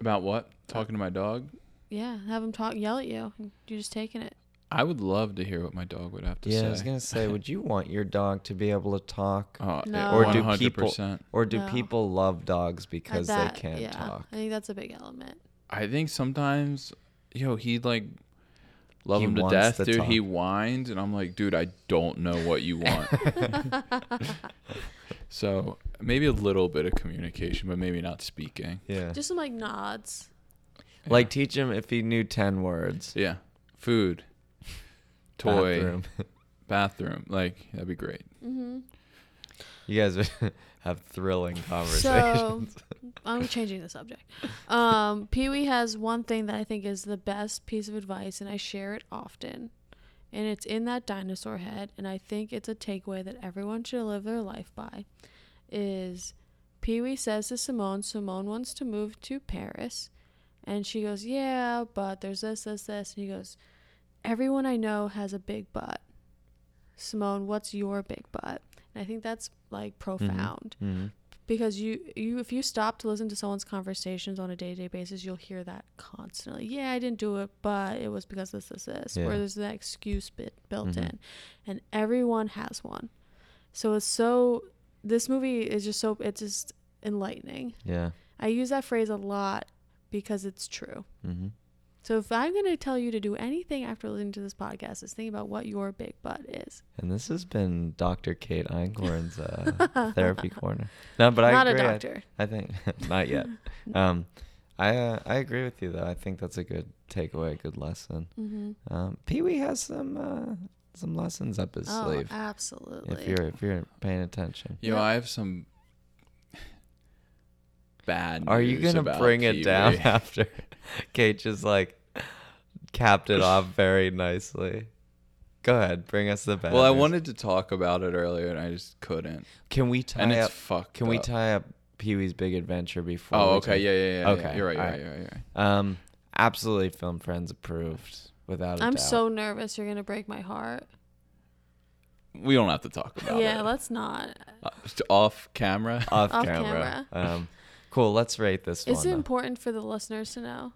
About what? Talking to my dog. Yeah, have him talk yell at you and you're just taking it. I would love to hear what my dog would have to Yeah, say. I was gonna say, would you want your dog to be able to talk, Oh, No. or do 100%. people, or do No. people love dogs because Uh, that- they can't yeah, talk? I think that's a big element. I think sometimes, yo, he like love He him to wants death, to dude. He talk. whines, and I'm like, dude, I don't know what you <laughs> want. so maybe a little bit of communication, but maybe not speaking. Yeah, Just some like nods. like teach him if he knew ten words. Yeah, food, toy, bathroom. <laughs> Bathroom. Like that'd be great. You guys, would- <laughs> have thrilling So conversations. I'm changing the subject. Um, Pee Wee has one thing that I think is the best piece of advice, and I share it often. And it's in that dinosaur head, and I think it's a takeaway that everyone should live their life by. Is Pee Wee says to Simone, Simone wants to move to Paris, and she goes, Yeah, but there's this, this, this. And he goes, Everyone I know has a big butt. Simone, what's your big butt? And I think that's like profound Mhm. because you you if you stop to listen to someone's conversations on a day-to-day basis you'll hear that constantly yeah i didn't do it but it was because this this this Yeah. Mm-hmm. or there's that excuse bit built in and everyone has one so it's so this movie is just so it's just enlightening Yeah. i use that phrase a lot because it's true Mm-hmm. so if i'm going to tell you to do anything after listening to this podcast is think about what your big butt is And this has been Dr. Kate Einkorn's <laughs> uh, therapy corner. No, but not I agree. a I- doctor I, think <laughs> not yet. Um, I uh, I agree with you though. I think that's a good takeaway, a good lesson. <laughs> mm-hmm. Um, Pee Wee has some uh, some lessons up his oh sleeve. absolutely If you're if you're paying attention, Yo, Yeah. I have some bad. are you news gonna about bring it Pee-wee. down <laughs> after Kate just like capped it off very nicely? Go ahead, bring us the bad. <laughs> Well, I news. wanted to talk about it earlier and I just couldn't. Can we tie and it's up? fucked. Can we up. tie up Pee Wee's Big Adventure before? Oh, we okay. talk- Yeah, yeah, yeah, yeah. Okay, You're right. You're all right. right. You're right. You're right. Um, absolutely, film friends approved without. a i'm doubt. so nervous you're going to break my heart We don't have to talk about yeah, it. let's not. Uh, off camera. off, off camera. Um, cool. Let's rate this Is one. it though. important for the listeners to know?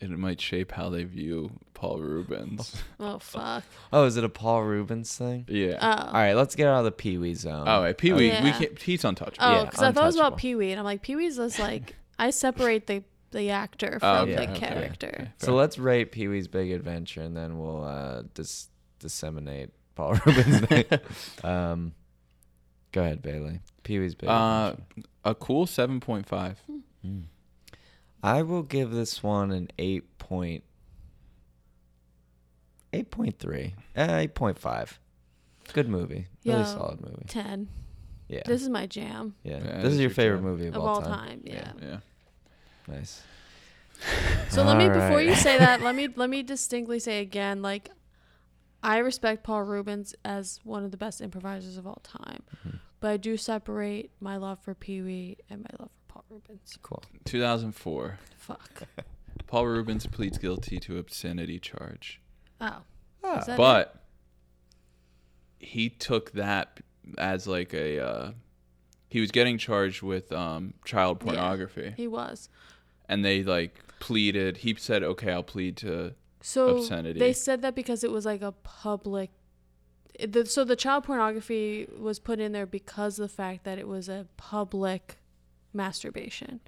It might shape how they view Paul Rubens. <laughs> <laughs> Oh fuck. oh, is it a Paul Rubens thing? yeah. Oh. All right, let's get out of the Pee Wee zone. oh, wait, Pee Wee. We Yeah. can't. He's untouchable. Oh, yeah, because I thought it was about untouchable. Pee Wee, and I'm like, Pee Wee's <laughs> just like I separate the the actor Oh, from okay, the okay, character. okay. So let's rate Pee Wee's Big Adventure, and then we'll uh, dis- disseminate Paul <laughs> Rubens. <laughs> thing. um, go ahead, Bailey. Pee Wee's Big Uh, Adventure. a cool seven point five. Hmm. I will give this one an eight point. 8.3 Eh, 8.5 good movie really Yeah. solid movie Ten. yeah This is my jam yeah, Yeah, this it's is your your favorite jam. movie of, of all time. Yeah. Yeah. nice So let me All before you right. say that, <laughs> let me let me distinctly say again, like I respect Paul Rubens as one of the best improvisers of all time, Mm-hmm. but I do separate my love for Pee Wee and my love for Paul Rubens. cool 2004. Fuck. Paul Rubens pleads guilty to obscenity charge, Oh. Ah. Is that it? but he took that as like a. Uh, he was getting charged with um, child pornography, he was. and they like pleaded. He said, "Okay, I'll plead to." so obscenity. they said that because it was like a public it- the, so the child pornography was put in there because of the fact that it was a public masturbation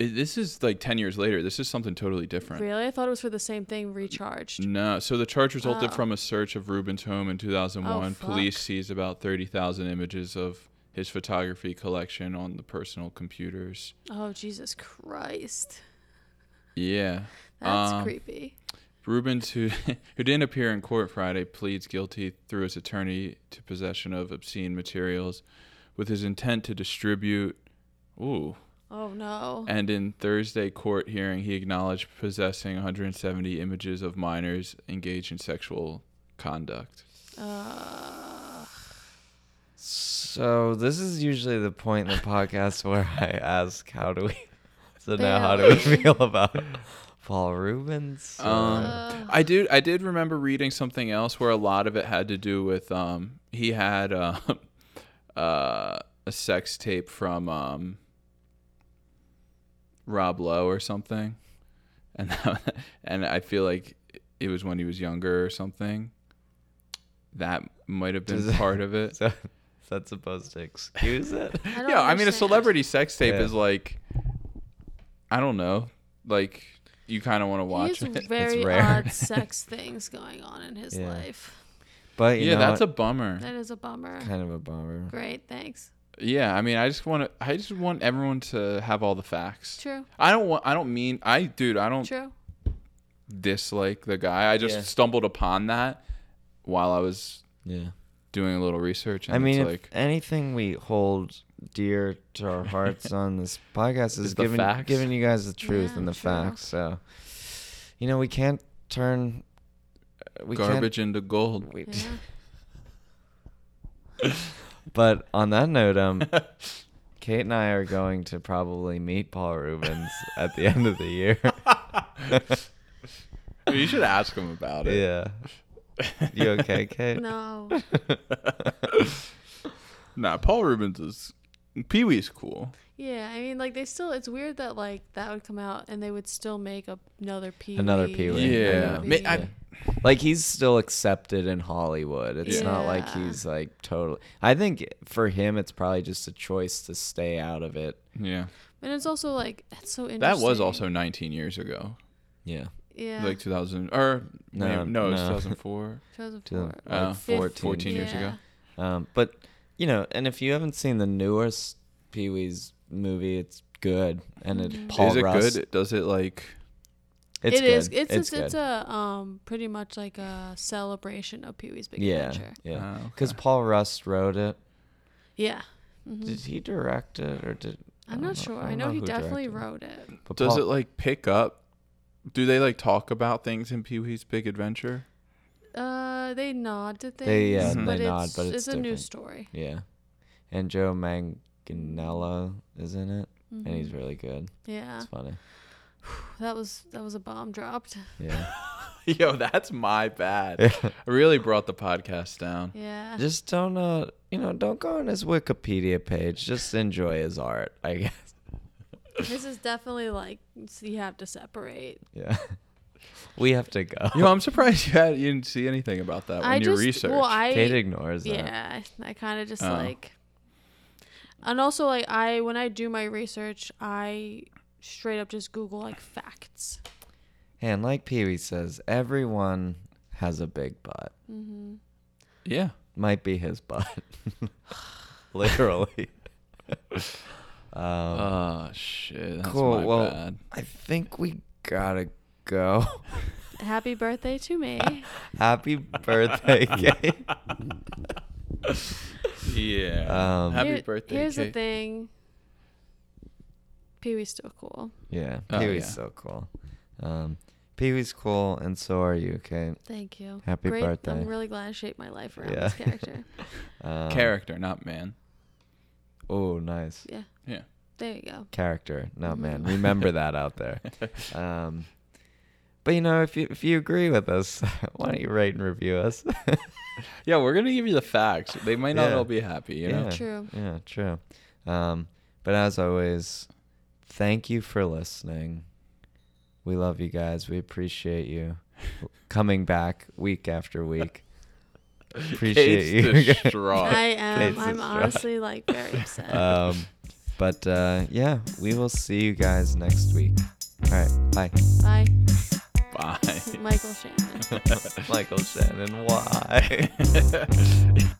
I- This is like ten years later. This is something totally different. really i thought it was for the same thing recharged No, so the charge resulted Oh. from a search of Rubin's home in 2001. Oh, fuck. Police seized about 30,000 images of his photography collection on the personal computers. oh jesus christ Yeah. that's Um, creepy Rubens, who, <laughs> who didn't appear in court Friday, pleads guilty through his attorney to possession of obscene materials with his intent to distribute. Ooh. oh no And in Thursday court hearing, he acknowledged possessing 170 images of minors engaged in sexual conduct. uh, So this is usually the point in the podcast <laughs> where I ask, "How do we?" <laughs> So now, how do we <laughs> feel about Paul <laughs> Rubens? Um, Uh, I do. I did remember reading something else where a lot of it had to do with um, he had um, <laughs> uh, a sex tape from um, Rob Lowe or something, and <laughs> that, and I feel like it was when he was younger or something. That might have been Does- part of Uh, <laughs> it. so is that supposed to excuse <laughs> it? I don't yeah, I mean, a understand. celebrity sex tape Yeah. is like, I don't know, like you kind of want to he has watch it. <laughs> very rare. odd sex things going on in his Yeah. life But you Yeah, know that's a what? bummer. that is a bummer kind of a bummer. great thanks Yeah, I mean, I just want to. I just want everyone to have all the facts. true I don't want. I don't mean. I dude. I don't true dislike the guy. I just Yeah. stumbled upon that while I was Yeah, doing a little research. And I mean, if it's like anything we hold dear to our <laughs> hearts on this podcast is, Is the giving facts. giving you guys the truth Yeah, and the true. facts. So, you know, we can't turn we garbage into gold. Can't, <laughs> we, Yeah. But on that note, <laughs> um, Kate and I are going to probably meet Paul Rubens at the end of the <laughs> year. <laughs> you should ask him about it. yeah. You okay, Kate? No. Nah, Paul Rubens is Pee Wee's cool. Yeah, I mean, like they still. It's weird that like that would come out and they would still make a, another Pee. Another Pee Wee, I Yeah. know. Ma- I- Yeah. Like he's still accepted in Hollywood. It's not like Yeah. he's like totally. I think for him, it's probably just a choice to stay out of it. yeah. And it's also like that's so interesting. That was also 19 years ago. Yeah, yeah. Like 2000 or No, no, no, it was no. 2004. 2004. Like Uh, 14. 14 years ago. Yeah. Um, but you know, and if you haven't seen the newest Pee Wee's movie, it's good. And it Paul is it Rust- good? Does it like It's Mm-hmm. It good. is- It's it's, good. it's a um pretty much like a celebration of Pee Wee's Big yeah, Adventure. yeah. Oh, Because okay. Paul Rust wrote it. Yeah. Mhm. Did he direct it or did? I I'm don't not know- sure. don't I know, he who definitely directed wrote it. it. But does Paul- it like pick up? Do they like talk about things in Pee Wee's Big Adventure? <laughs> Uh, they nod to things. They, yeah, they but nod, it's, but it's a new different. story. Yeah. And Joe Manganiello is in it, and he's Mhm. really good. yeah. It's <laughs> funny. That was that was a bomb dropped. <laughs> Yeah. Yo, that's my bad. I really brought the podcast down. Yeah. Just don't uh, you know, don't go on his Wikipedia page. Just enjoy his art, I guess. <laughs> this is definitely like s- you have to separate. Yeah. We have to go. Yo, I'm surprised you had you didn't see anything about that when I you just researched. well I Kate ignores that. yeah I kind of just uh, Oh. like and also like I when I do my research I straight up just Google like facts. And like Pee Wee says, everyone has a big butt. Mm-hmm. yeah. Might be his <laughs> butt. <laughs> Literally. um, Oh shit. That's cool. my well, bad. I think we gotta go. <laughs> Happy birthday to me. Happy <laughs> birthday, Kate. Yeah. Um, <laughs> Happy Here- birthday. Here's the Kate. thing. Pee Wee's still cool. Yeah, Oh, Pee Wee's yeah. so cool. Um, Pee Wee's cool, and so are you, Kate. Thank you. Happy Great. birthday. I'm really glad I shaped my life around Yeah. <laughs> this character. Um, Character, not man. Oh, nice yeah. Yeah. There you go. character, not Mm-hmm. man. <laughs> Remember that out there. Um, but you know, if you if you agree with us, <laughs> why don't you rate and review us? Yeah, we're gonna give you the facts. They might not Yeah. all be happy, you know. Yeah. True. yeah, true. Um, but as always, thank you for listening. We love you guys. We appreciate you coming back week after week. Appreciate <laughs> Kate's you. distraught. I am. Kate's I'm distraught. <laughs> honestly like <laughs> very upset. um, but uh, yeah, we will see you guys next week. All right, bye. Bye, Bye. Michael Shannon. <laughs> <laughs> Michael Shannon, why?